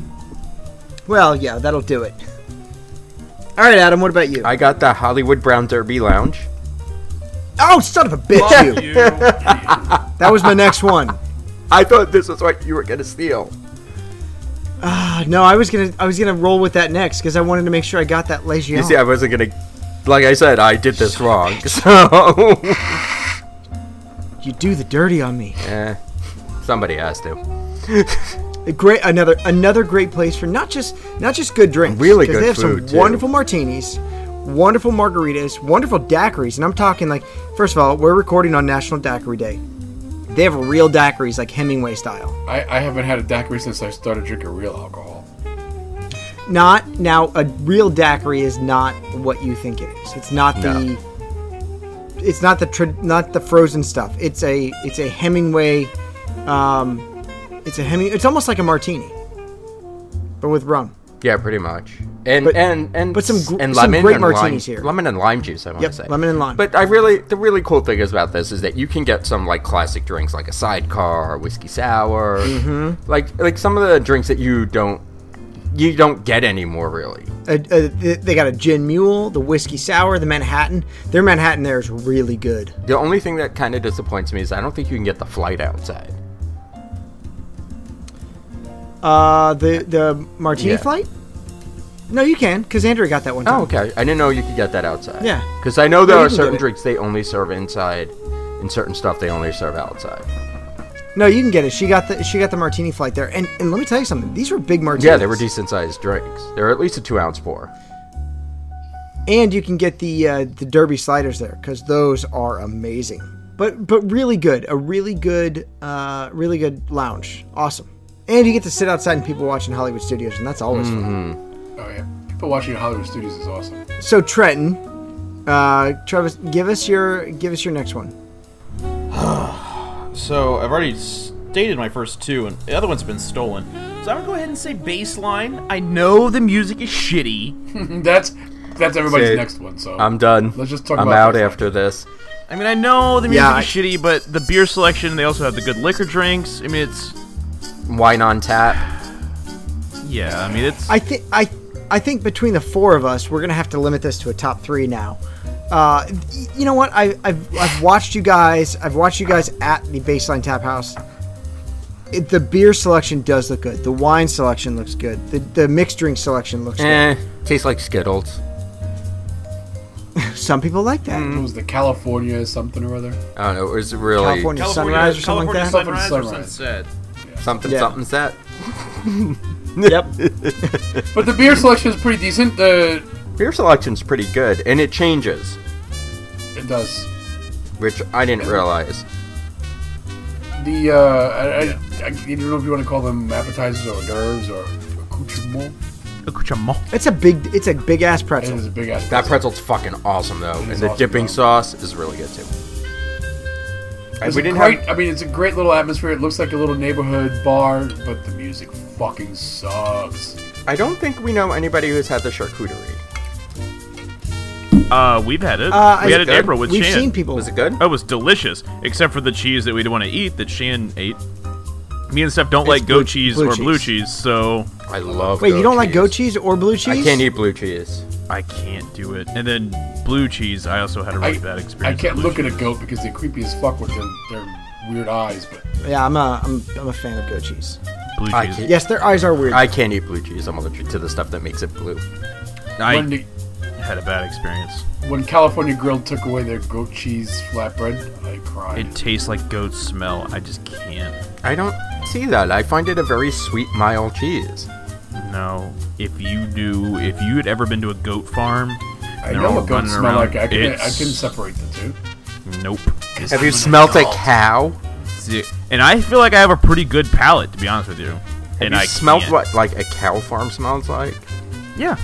Well, yeah, that'll do it. All right, Adam. What about you? I got the Hollywood Brown Derby Lounge. oh, son of a bitch! fuck [laughs] you. you. That was my next one. I thought this was what you were gonna steal. Uh, no, I was gonna I was gonna roll with that next because I wanted to make sure I got that Legion. You see, I wasn't gonna. Like I said, I did this wrong. [laughs] So you do the dirty on me. Eh, somebody has to. A great another another great place for not just not just good drinks. Really 'cause good They have food, some too. wonderful martinis, wonderful margaritas, wonderful daiquiris, and I'm talking like first of all, we're recording on National Daiquiri Day. They have real daiquiris like Hemingway style. I, I haven't had a daiquiri since I started drinking real alcohol. Not now a real daiquiri is not what you think it is. It's not the it's not the tra- not the frozen stuff. It's a it's a Hemingway um it's a Heming it's almost like a martini but with rum. Yeah, pretty much. And But- and and but some gr- and some lemon great and martinis lime, here. Lemon and lime juice. I want Yep, to say lemon and lime. But I really the really cool thing is about this is that you can get some like classic drinks Mm-hmm. like a sidecar, or whiskey sour, like like some of the drinks that you don't you don't get any more really. A, a, they got a gin mule, the whiskey sour, the Manhattan. Their Manhattan there is really good. The only thing that kind of disappoints me is I don't think you can get the flight outside. Uh, the the martini Yeah. flight. No, you can, because Andrew got that one time. Oh, okay. I didn't know you could get that outside. Yeah. Because I know there Yeah, you are can certain get it. drinks they only serve inside, and certain stuff they only serve outside. No, you can get it. She got the she got the martini flight there, and and let me tell you something. These were big martinis. Yeah, they were decent sized drinks. They were at least a two ounce pour. And you can get the uh, the Derby sliders there because those are amazing. But but really good, a really good, uh, really good lounge. Awesome. And you get to sit outside and people watching Hollywood Studios, and that's Mm. always fun. Oh yeah, people watching at Hollywood Studios is awesome. So Trenton, uh, Travis, give us your give us your next one. So I've already stated my first two, and the other one's been stolen. So I'm gonna go ahead and say baseline. I know the music is shitty. That's that's everybody's Say, next one. So I'm done. Let's just talk I'm about out this. after this. I mean, I know the music Yeah, is shitty, but the beer selection. They also have the good liquor drinks. I mean, it's Wine on tap. yeah. I mean, it's I think I I think between the four of us, we're gonna have to limit this to a top three now. Uh, y- you know what? I, I've I've watched you guys. I've watched you guys at the Baseline Tap House. It, the beer selection does look good. The wine selection looks good. The the mixed drink selection looks Eh, tastes like Skittles. Eh. good. Some people like that. Mm. It was the California something or other. I don't know. It was really California California, sunrise or something California like sunrise, that. Something or sunrise. sunset. something Yeah. [laughs] something set. Yep. But the beer selection is pretty decent. The Beer selection's pretty good, and it changes, it does. which I didn't realize. The uh, I, I, I don't know if you want to call them appetizers or hors d'oeuvres or accoutrement. It's a big. It's a big ass It pretzel. is a big ass. That pretzel's fucking awesome though, and is the awesome, dipping though. sauce is really good too. And It's we a didn't great, have I mean, it's a great little atmosphere. It looks like a little neighborhood bar, but the music fucking sucks. I don't think we know anybody who's had the charcuterie. Uh, we've had it. Uh, we I- had it in April with We've Shan. seen people. Was it good? That was delicious, except for the cheese that we didn't want to eat that Shan ate. Me and Steph don't like blue- goat cheese blue or blue cheese. cheese, so I love Wait, you don't like goat cheese or blue cheese? I can't eat blue cheese. I can't do it. And then blue cheese, I also had a really I, bad I experience. can't with blue look at a goat because they're creepy as fuck with their, their weird eyes. But Yeah, I'm a I'm, I'm a fan of goat cheese. cheese. Blue I cheese. can't, Yes, their eyes are weird. I can't eat blue cheese. I'm allergic to the stuff that makes it blue. I when, the, had a bad experience. when California Grill took away their goat cheese flatbread, I cried. It tastes like goat smell. I just can't. I don't see that. I find it a very sweet, mild cheese. No. If you do, if you had ever been to a goat farm, I they're know all what goats running smell around. like. I can, I It's- can separate the two. Nope. Have you smelt a cow? And I feel like I have a pretty good palate, to be honest with you. and you I smelt can't. what like a cow farm smells like, Yeah.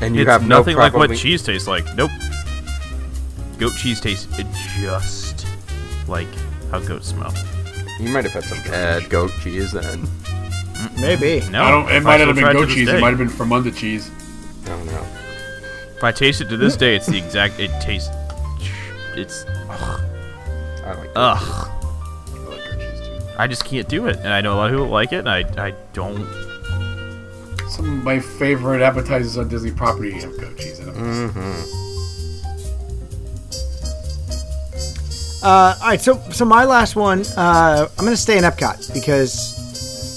and you it's have no nothing like problem what eat- cheese tastes like. Nope. Goat cheese tastes just like how goats smell. You might have had some bad goat cheese then. Maybe. No, I don't. It if might still not have tried to been goat this cheese. day. It might have been from under cheese. I don't know. If I taste it to this day, it's the exact. It tastes. It's I like. That. ugh. I like goat cheese too. I just can't do it, and I know a lot of people like it, and I I don't. Some of my favorite appetizers on Disney property have goat cheese in them. Mm. Uh, all right, so so my last one, uh, I'm gonna stay in Epcot because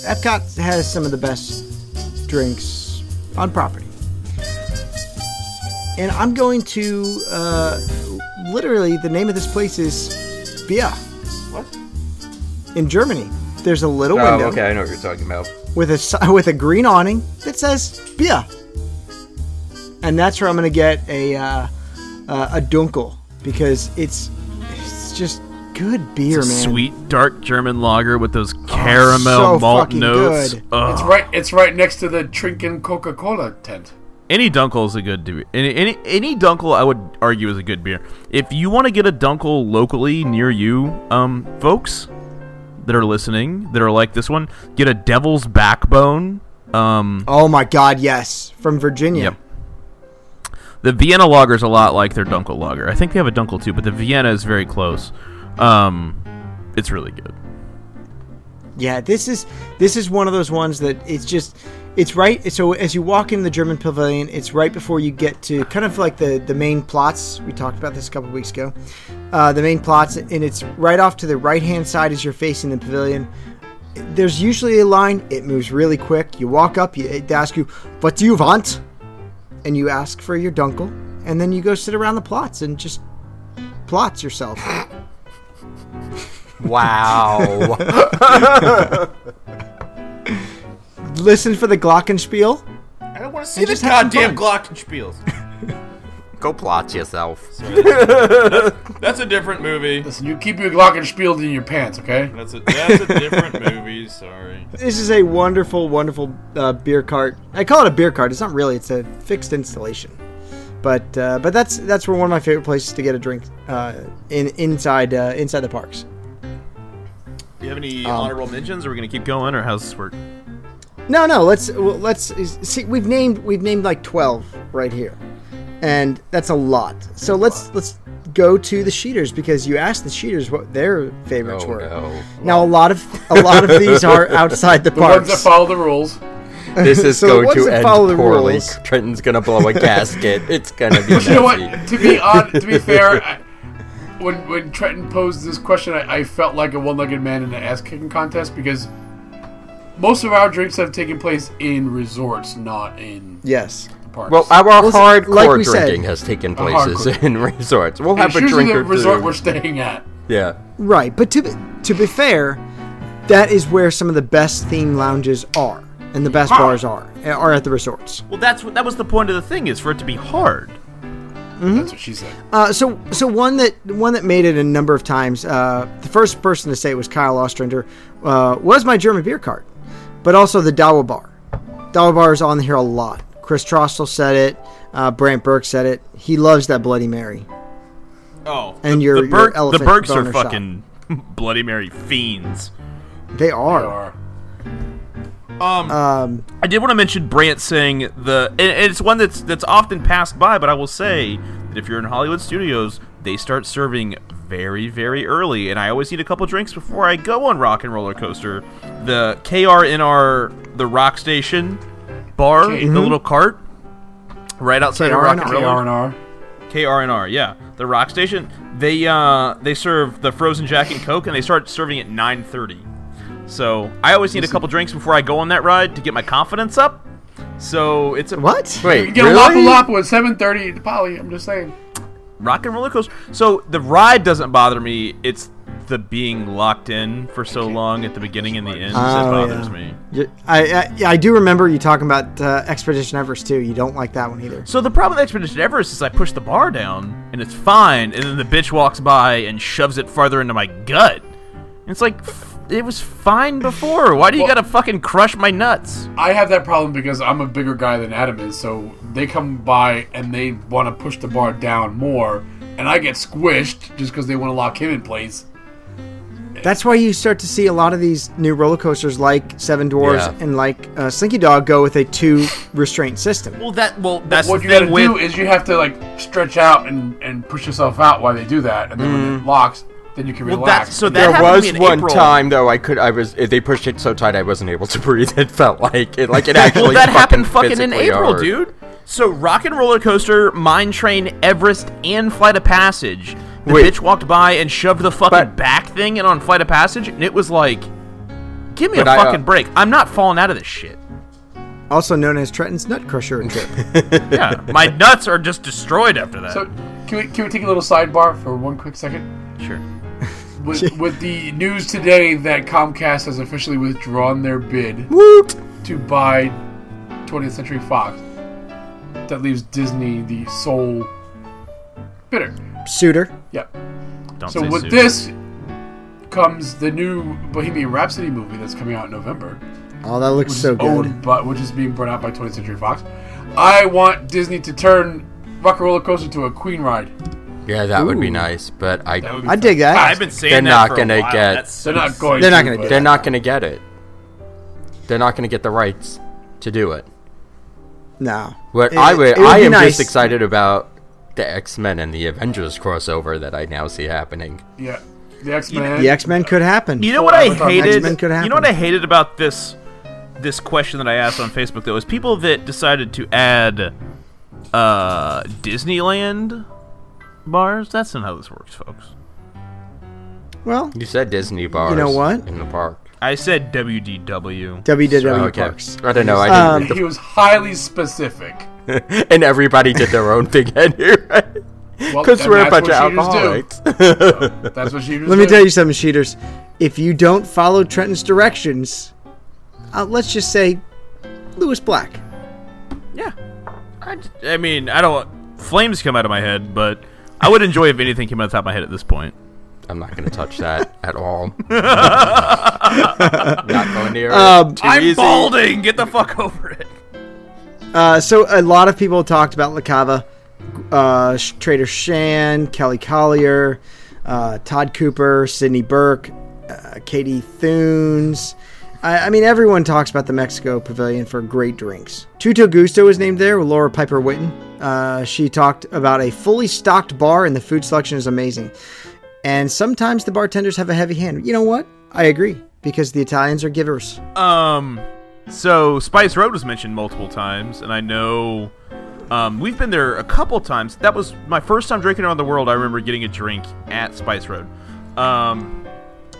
Epcot has some of the best drinks on property, and I'm going to uh, literally the name of this place is Bia. What? In Germany, there's a little oh, window okay. I know what you're talking about. with a si- [laughs] with a green awning that says Bia, and that's where I'm gonna get a uh, uh, a dunkel because it's it's just good beer, man. Sweet dark German lager with those caramel so malt fucking notes. good. Ugh. It's right. It's right next to the Trinken Coca Cola tent. Any dunkel is a good beer. Any, any any dunkel I would argue is a good beer. If you want to get a dunkel locally near you, um, folks that are listening that are like this one, get a Devil's Backbone. Um, Oh my God, yes, from Virginia. Yep. the Vienna lager is a lot like their dunkel lager. I think they have a dunkel too, but the Vienna is very close. Um, it's really good. Yeah, this is this is one of those ones that it's just It's right. So as you walk in the German pavilion, it's right before you get to kind of like the the main plots. We talked about this a couple weeks ago. Uh, the main plots, and it's right off to the right hand side as you're facing the pavilion. There's usually a line. It moves really quick. You walk up. You, they ask you, "What do you want?" And you ask for your dunkel, and then you go sit around the plots and just [laughs] plots yourself. Wow. Listen for the glockenspiel. I don't want to see the just have goddamn some Glockenspiels. Go plot yourself. That's a different movie. Listen, you keep your glockenspiel in your pants, okay? That's a [laughs] that's a different movie. Sorry. This is a wonderful, wonderful uh, beer cart. I call it a beer cart. It's not really. It's a fixed installation, but uh, but that's that's where one of my favorite places to get a drink uh, in inside uh, inside the parks. Do you have any honorable mentions? Or are we gonna keep going, or how's this work? No, no. Let's well, let's see. We've named we've named like twelve right here, and that's a lot. So let's let's go to the sheeters because you asked the sheeters what their favorites Oh, were. no. Now a lot of a lot of these are outside the, The parks. ones that follow the rules. This [laughs] is So the going ones to that end follow the poorly. rules- Trenton's gonna blow a gasket. It's gonna be messy. You know what? To be on, to [laughs] be fair, I, when when Trenton posed this question, I, I felt like a one-legged man in an ass-kicking contest because most of our drinks have taken place in resorts, not in yes. parks. Well, our it's hardcore like we said- drinking has taken Our places hardcore- in [laughs] resorts. We'll have it's a usually drink the or resort two. we're staying at. yeah. Right, but to be, to be fair, that is where some of the best theme lounges are and the best bars are are at the resorts. Well, that's what that was the point of the thing is for it to be hard. That's what she said. Uh, so so one that one that made it a number of times. Uh, the first person to say it was Kyle Ostrander uh, was my German beer cart, but also the Dawa Bar. Dawa Bar is on here a lot. Chris Trostel said it. Uh, Brant Burke said it. He loves that Bloody Mary. Oh, And your, the your Berg, the elephant Bergs are boner shop. fucking [laughs] Bloody Mary fiends. They are. They are. Um, Um, I did want to mention Brant saying the. And and it's one that's that's often passed by, but I will say that if you're in Hollywood studios, they start serving very very early, and I always need a couple drinks before I go on Rock and Roller Coaster. The KRNR, the Rock Station bar, K- Mm-hmm. the little cart, right outside of Rock and KRNR. Roller. R&R. KRNR, yeah, the rock station. They uh they serve the frozen Jack and Coke, and they start serving at 9:30. So I always need a couple drinks before I go on that ride to get my confidence up. So it's a What? Wait, You get really? a Lapa Lapa at 7.30 at Poly, I'm just saying. rock and roller coaster. So the ride doesn't bother me. It's the being locked in for so long at the beginning and the end that Oh, bothers yeah. me. You- I, I yeah, I do remember you talking about uh, Expedition Everest too. You don't like that one either. So the problem with Expedition Everest is I push the bar down and it's fine, and then the bitch walks by and shoves it farther into my gut. And it's like f- it was fine before. Why do you Well- gotta fucking crush my nuts? I have that problem because I'm a bigger guy than Adam is, so they come by and they want to push the bar down more, and I get squished just because they want to lock him in place. That's why you start to see a lot of these new roller coasters, like Seven Dwarfs Yeah. and like uh, Slinky Dog, go with a two restraint system. Well, that well that's what the you gotta thing with do is you have to like stretch out and, and push yourself out while they do that, and then when it locks, then you can Mm. well, relax. that's so that There happened was to me in one April. time though I could I was they pushed it so tight I wasn't able to [laughs] breathe. It felt like it like it [laughs] actually Well, that happened fucking in physically April, hurt. dude. So Rock and Roller Coaster, Mine Train, Everest, and Flight of Passage. The Wait. bitch walked by and shoved the fucking But- back thing in on Flight of Passage, and it was like, give me a But I, uh, fucking break. I'm not falling out of this shit. Also known as Trenton's Nut Crusher [laughs] and Trip. Yeah, my nuts are just destroyed after that. So can we can we take a little sidebar for one quick second? sure. [laughs] with, with the news today that Comcast has officially withdrawn their bid to buy 20th Century Fox, that leaves Disney the sole bidder. Suitor. Yep. Don't So with this comes the new Bohemian Rhapsody movie that's coming out in November, Oh, that looks which so is good. owned by which is being brought out by 20th Century Fox. I want Disney to turn Rock and Roller Coaster to a Queen ride. Yeah, that would be Ooh. nice, but I I dig that. I've been saying They're that not for a gonna while. get- That's- They're not going. They're not to, gonna do but- they're not going to get it. They're not going to get the rights to do it. no. What It- I would, it would I be am nice. just excited about the X Men and the Avengers crossover that I now see happening. Yeah. The X Men. The X Men could happen. You know what I Full-on hated? X-Men could You happen. know what I hated about this this question that I asked on Facebook though is people that decided to add uh, Disneyland bars. That's not how this works, folks. Well, You said Disney bars. know what? In the park. I said WDW. WDW Oh, okay. Parks. Um, I don't know. I didn't He was highly specific. read the, and everybody did their own thing [laughs] anyway. Well, Because and we're a that's bunch of what cheaters do. alcoholics. That's what cheaters do. Let me tell you something, Sheeters. If you don't follow Trenton's directions, uh, let's just say Lewis Black. Yeah. I, j- I mean, I don't. Flames come out of my head, but I would enjoy if anything came out of the top of my head at this point. I'm not gonna touch that at [laughs] all. not going near it. Um, Too I'm easy. balding. Get the fuck over it. Uh, so a lot of people talked about LaCava, uh, Sh- Trader Shan, Kelly Collier, uh, Todd Cooper, Sidney Burke, uh, Katie Thunes. I, I mean, everyone talks about the Mexico Pavilion for great drinks. Tuto Gusto was named there with Laura Piper Witten. Uh, she talked about a fully stocked bar and the food selection is amazing. And sometimes the bartenders have a heavy hand. You know what? I agree because the Italians are givers. Um, so Spice Road was mentioned multiple times, and I know um, we've been there a couple times. That was my first time drinking around the world. I remember getting a drink at Spice Road. Um,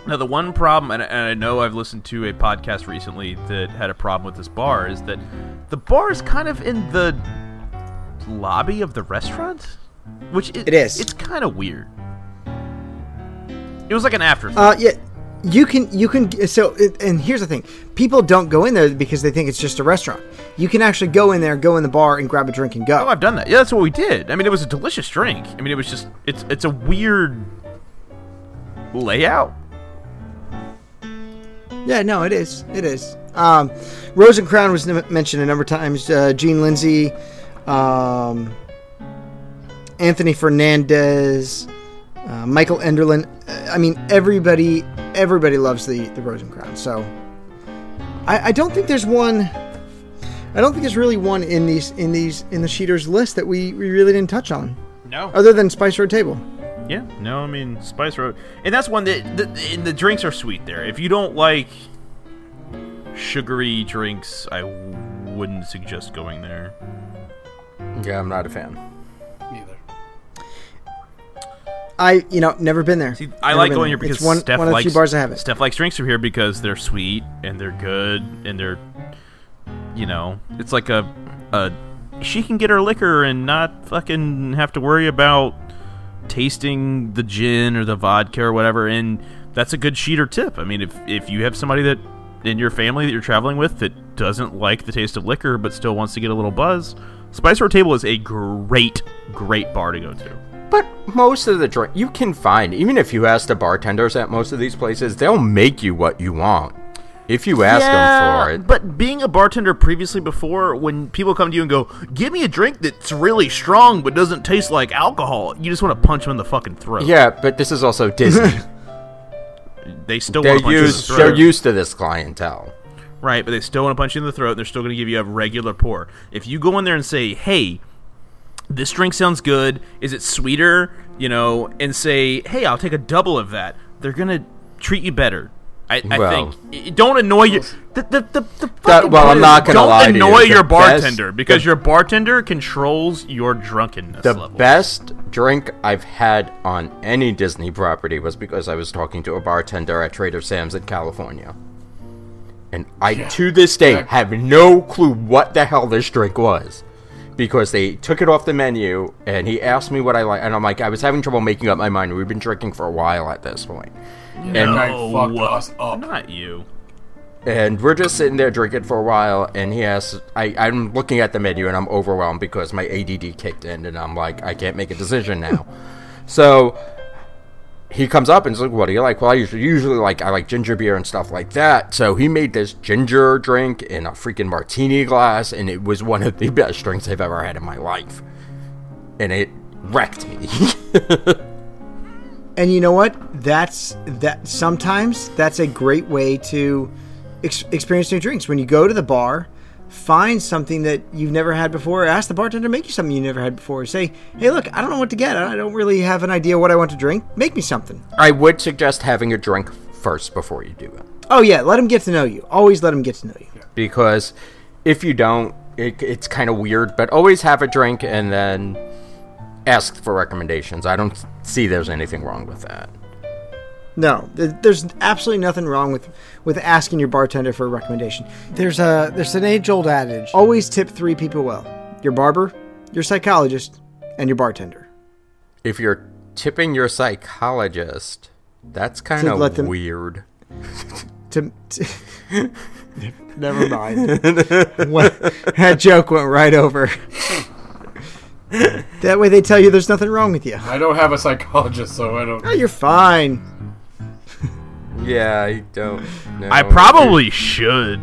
now the one problem, and, and I know I've listened to a podcast recently that had a problem with this bar, is that the bar is kind of in the lobby of the restaurant, which It is. It's kind of weird. It was like an afterthought. Uh, yeah, you can you can so it, and here's the thing: people don't go in there because they think it's just a restaurant. You can actually go in there, go in the bar, and grab a drink and Oh, go. I've done that. Yeah, that's what we did. I mean, it was a delicious drink. I mean, it was just it's it's a weird layout. Yeah, no, it is, it is. Um, Rose and Crown was n- mentioned a number of times. Uh, Gene Lindsay, um, Anthony Fernandez, uh, Michael Enderlin. Uh, I mean, everybody, everybody loves the the Rose and Crown. So, I, I don't think there's one. I don't think there's really one in these in these in the Sheeters list that we, we really didn't touch on, No. other than Spice Road Table. yeah. No. I mean, Spice Road, and that's one that the, and the drinks are sweet there. If you don't like sugary drinks, I wouldn't suggest going there. Yeah, I'm not a fan. Neither. I you know never been there. See, I Never like been going here there. because it's one, Steph one of the likes few bars I haven't. Steph likes drinks from here because they're sweet and they're good and they're, you know, it's like a, a she can get her liquor and not fucking have to worry about tasting the gin or the vodka or whatever. And that's a good sheet or tip. I mean, if if you have somebody that in your family that you're traveling with that doesn't like the taste of liquor but still wants to get a little buzz, Spice Road Table is a great great bar to go to. But most of the drink you can find, even if you ask the bartenders at most of these places, they'll make you what you want if you ask them for it. But being a bartender previously before, when people come to you and go, "Give me a drink that's really strong but doesn't taste like alcohol," you just want to punch them in the fucking throat. yeah, but this is also Disney. they still they're want to punch you in [laughs] the used. They're throat, used to this clientele. right? But they still want to punch you in the throat. and They're still going to give you a regular pour. If you go in there and say, "Hey, this drink sounds good. Is it sweeter?" You know, and say, "Hey, I'll take a double of that." They're going to treat you better. I, I Well. think. Y- y- Don't annoy you. The, the, the, the fucking well, point I'm is, not gonna don't lie to you. annoy The your best- bartender because the- your bartender controls your drunkenness The level. best drink I've had on any Disney property was because I was talking to a bartender at Trader Sam's in California. And I, to this day, have no clue what the hell this drink was. Because they took it off the menu and he asked me what I like. And I'm like, I was having trouble making up my mind. We've been drinking for a while at this point. And Guy fucked us up. not Oh, you. and we're just sitting there drinking for a while and he asks I, i'm looking at the menu and i'm overwhelmed because my add kicked in and i'm like i can't make a decision now so he comes up and is like what do you like well i usually, usually like i like ginger beer and stuff like that so he made this ginger drink in a freaking martini glass and it was one of the best drinks i've ever had in my life and it wrecked me [laughs] And you know what? That's that. Sometimes that's a great way to ex- experience new drinks. When you go to the bar, find something that you've never had before. Ask the bartender to make you something you never had before. Say, "Hey, look, I don't know what to get. I don't really have an idea what I want to drink. Make me something." i would suggest having a drink first before you do it Oh yeah, let them get to know you. Always let them get to know you. because if you don't, it, it's kind of weird. But always have a drink and then ask for recommendations. I don't see there's anything wrong with that. No, th- there's absolutely nothing wrong with with asking your bartender for a recommendation. There's a there's an age old adage: always tip three people well. Your barber, your psychologist, and your bartender. If you're tipping your psychologist, that's kind To let of them- weird. To, to [laughs] never [laughs] mind. What- that joke went right [laughs] over. that way, they tell you there's nothing wrong with you. I don't have a psychologist, so I Oh, don't. you're fine. Yeah, I [laughs] don't. Know. I probably should.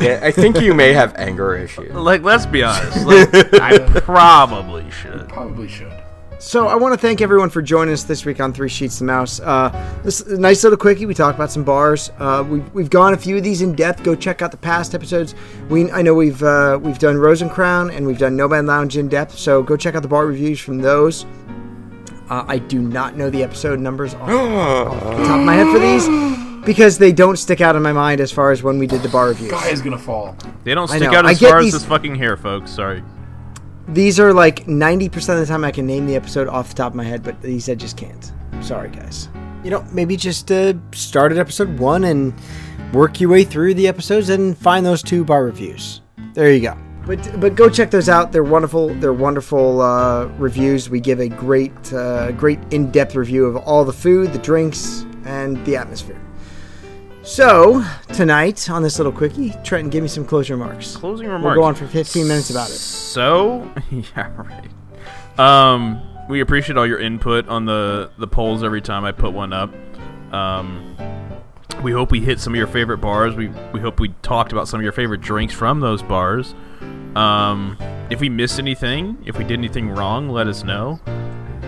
Yeah, I think you may have anger issues. Like, let's be honest. [laughs] Like, I probably should. Probably should. So I want to thank everyone for joining us this week on Three Sheets to Mouse. Uh, this is a nice little quickie. We talked about some bars. Uh, we've, we've gone a few of these in depth. Go check out the past episodes. We I know we've uh, we've done Rosencrown and we've done No Man Lounge in depth. So go check out the bar reviews from those. Uh, I do not know the episode numbers off, off the top of my head for these because they don't stick out in my mind as far as when we did the bar reviews. Guy is gonna fall. They don't I stick know. out I as get far these- as this fucking hair, folks. Sorry. These are like 90% of the time I can name the episode off the top of my head, but these I just can't. Sorry, guys. You know, maybe just uh, start at episode one and work your way through the episodes and find those two bar reviews. There you go. But but go check those out. They're wonderful. They're wonderful uh, reviews. We give a great uh, great in depth review of all the food, the drinks, and the atmosphere. So tonight on this little quickie, Trenton, give me some closing remarks. Closing remarks. We'll go on for 15 minutes about it. So, [laughs] yeah, right. Um, we appreciate all your input on the the polls every time I put one up. Um, we hope we hit some of your favorite bars. We we hope we talked about some of your favorite drinks from those bars. Um, if we missed anything, if we did anything wrong, let us know.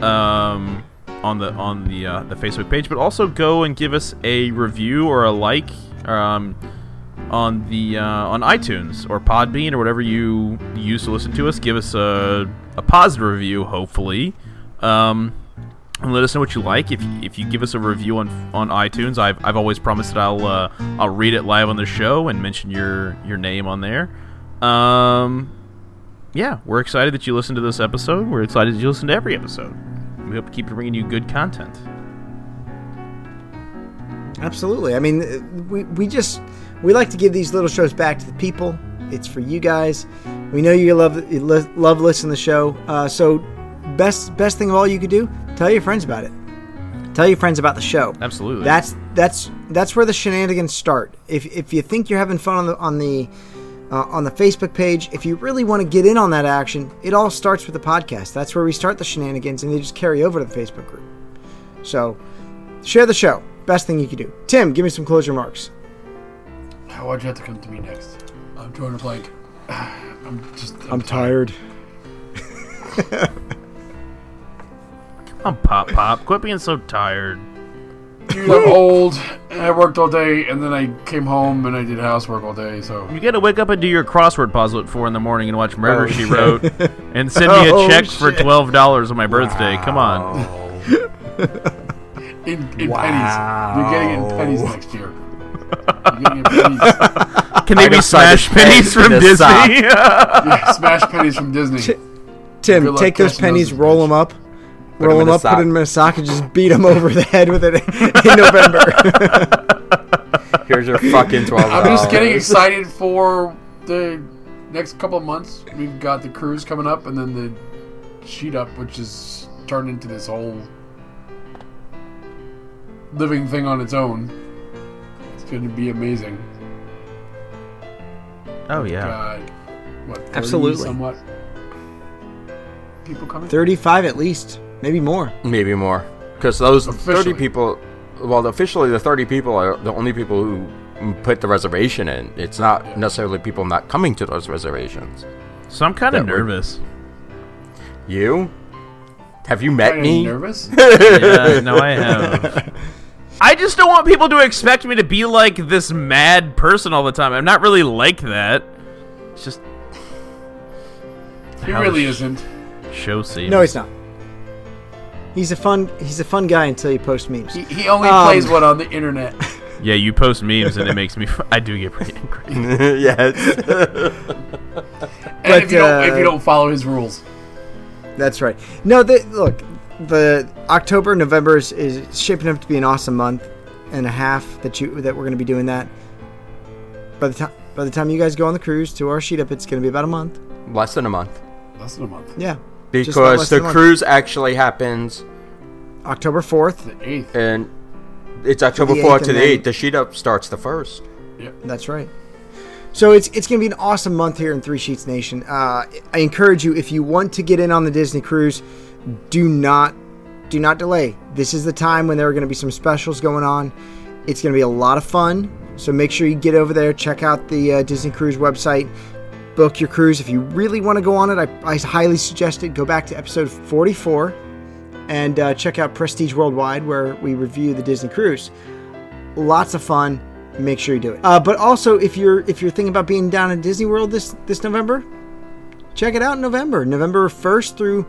Um, on the on the uh, the Facebook page, but also go and give us a review or a like. Um, on the uh, on iTunes or Podbean or whatever you use to listen to us. Give us a, a positive review, hopefully, um, and let us know what you like. If if you give us a review on on iTunes, I've, I've always promised that I'll uh, I'll read it live on the show and mention your your name on there. Um, yeah, we're excited that you listened to this episode. We're excited that you listen to every episode. We hope to keep bringing you good content. Absolutely. I mean, uh, we, we just we like to give these little shows back to the people. It's for you guys. We know you love you li- love listening to the show. Uh, so best best thing of all you could do, tell your friends about it. Tell your friends about the show. Absolutely. That's that's that's where the shenanigans start. If if you think you're having fun on the on the uh, on the Facebook page, if you really want to get in on that action, it all starts with the podcast. That's where we start the shenanigans, and they just carry over to the Facebook group. So, share the show. Best thing you could do. Tim, give me some closing remarks. How would you have to come to me next? I'm drawing a blank. [sighs] I'm just. I'm, I'm Pop Pop. Quit being so tired. Dude, I'm old. And I worked all day, and then I came home and I did housework all day. So You gotta wake up and do your crossword puzzle at four in the morning and watch Murder She Wrote, and send me a Oh, check for twelve dollars on my birthday. Come on, in, in pennies, you're getting in pennies next year. You're getting in pennies. can they be decided smash to pay pennies from this up. Disney? [laughs] Yeah, Smash pennies from Disney. Good Tim, luck take those catching those pennies, in roll them up, roll 'em them in a up, put sock. them in a sock, and just beat them over the head with it in November. Here's [laughs] your fucking twelve. I'm just getting excited for the next couple of months. We've got the cruise coming up, and then the sheet up, which is turned into this whole living thing on its own. It's going to be amazing. Oh yeah, Uh, what? 30 Absolutely. Somewhat. People coming. Thirty-five at least, maybe more. Maybe more. Because those Officially. 30 people, well, officially the 30 people are the only people who put the reservation in. It's not necessarily people not coming to those reservations. so I'm kind That of would- [laughs] nervous. You? Have you Are met you me? nervous? yeah, no, I have. I just don't want people to expect me to be like this mad person all the time. I'm not really like that. It's just he really isn't. show scene. No, he's not. He's a fun he's a fun guy until you post memes. He, he only Um, plays one on the internet. Yeah, you post memes and it makes me. I do get pretty angry. [laughs] [laughs] yes. And if, you don't, if you don't follow his rules, That's right. No, the, look, the October November is, is shaping up to be an awesome month and a half that you that we're going to be doing that. By the time by the time you guys go on the cruise to our sheet up, it's going to be about a month. Less than a month. less than a month. Yeah, Just about Because less the than a month. cruise actually happens October fourth. The eighth. and it's October the 4th eighth to and the then- 8th. The sheet up starts the 1st. That's right. So it's it's going to be an awesome month here in Three Sheets Nation. Uh, I encourage you if you want to get in on the Disney cruise, do not do not delay. This is the time when there are going to be some specials going on. It's going to be a lot of fun. So make sure you get over there, check out the uh, Disney Cruise website, book your cruise. If you really want to go on it, I, I highly suggest it. Go back to episode 44 and uh, check out Prestige Worldwide, where we review the Disney cruise lots of fun. Make sure you do it. Uh, but also, if you're if you're thinking about being down in Disney World this this November, check it out in November, November first through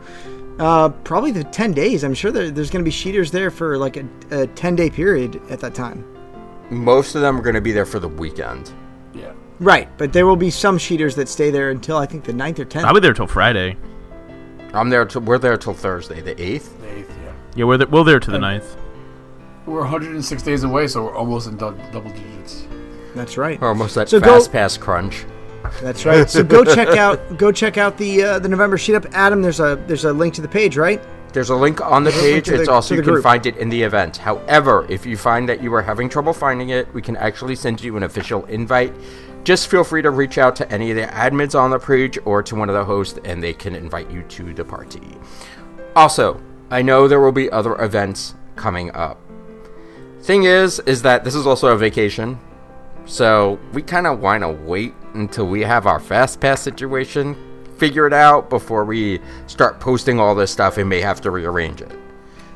uh, probably the ten days. I'm sure there, there's going to be sheeters there for like a, a ten day period at that time. Most of them are going to be there for the weekend. Yeah. Right, but there will be some sheeters that stay there until I think the 9th or 10th. I'll be there till Friday. I'm there. Till, we're there till Thursday, the 8th. The eighth, yeah. Yeah, we're there, we're there to the 9th. We're 106 days away, so we're almost in dou- double digits. That's right. Almost that So go- fast pass crunch. That's right. So go check out go check out the uh, the November sheet up. Adam, there's a there's a link to the page, right? There's a link on the page. to the- It's also to you the can group. find it in the event. However, if you find that you are having trouble finding it, we can actually send you an official invite. Just feel free to reach out to any of the admins on the page or to one of the hosts, and they can invite you to the party. Also, I know there will be other events coming up. Thing is, is that this is also a vacation, so we kind of want to wait until we have our fast pass situation figured out before we start posting all this stuff and may have to rearrange it.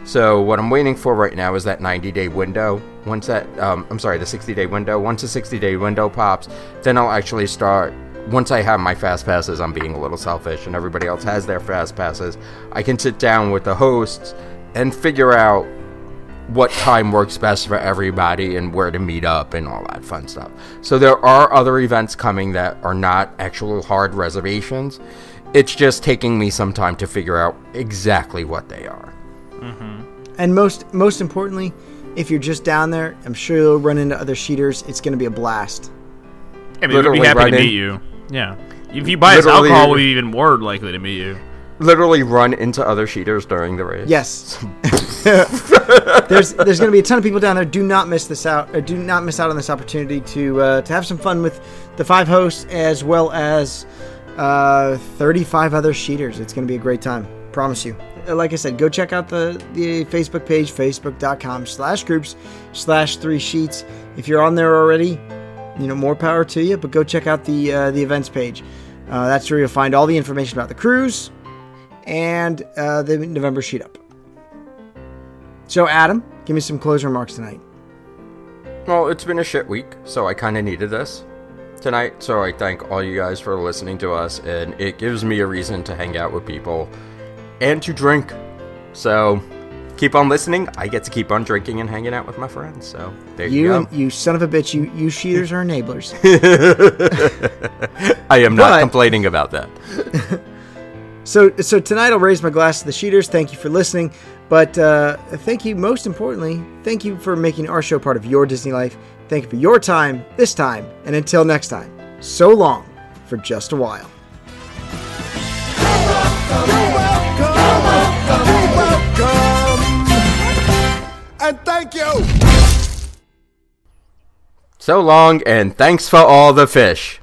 So what I'm waiting for right now is that 90 day window. Once that, um, I'm sorry, the 60 day window. Once the 60 day window pops, then I'll actually start. Once I have my fast passes, I'm being a little selfish, and everybody else has their fast passes. I can sit down with the hosts and figure out what time works best for everybody and where to meet up and all that fun stuff. So there are other events coming that are not actual hard reservations. It's just taking me some time to figure out exactly what they are. And most most importantly, if you're just down there, I'm sure you'll run into other sheeters. It's going to be a blast. I mean, we'd be Literally happy right to in. meet you. Yeah. If you buy us Literally- alcohol, we'll be even more likely to meet you. literally run into other cheaters during the race. Yes. there's there's going to be a ton of people down there. Do not miss this out. Or do not miss out on this opportunity to uh, to have some fun with the five hosts as well as uh, 35 other sheeters. It's going to be a great time. Promise you. Uh, Like I said, go check out the the Facebook page, facebook.com slash groups slash three sheets. If you're on there already, you know more power to you. But go check out the uh, the events page. Uh, that's where you'll find all the information about the cruise and uh, the November sheet up. So, Adam, give me some closing remarks tonight. Well, it's been a shit week, so I kind of needed this tonight. So I thank all you guys for listening to us, and it gives me a reason to hang out with people and to drink. So keep on listening. I get to keep on drinking and hanging out with my friends. So there you, You go. and you son of a bitch, you you cheaters are enablers. [laughs] I am not but- complaining about that. so so tonight I'll raise my glass to the cheaters. Thank you for listening, but uh, thank you most importantly, thank you for making our show part of your Disney life. Thank you for your time this time, and until next time. So long for just a while. And thank you. So long, and thanks for all the fish.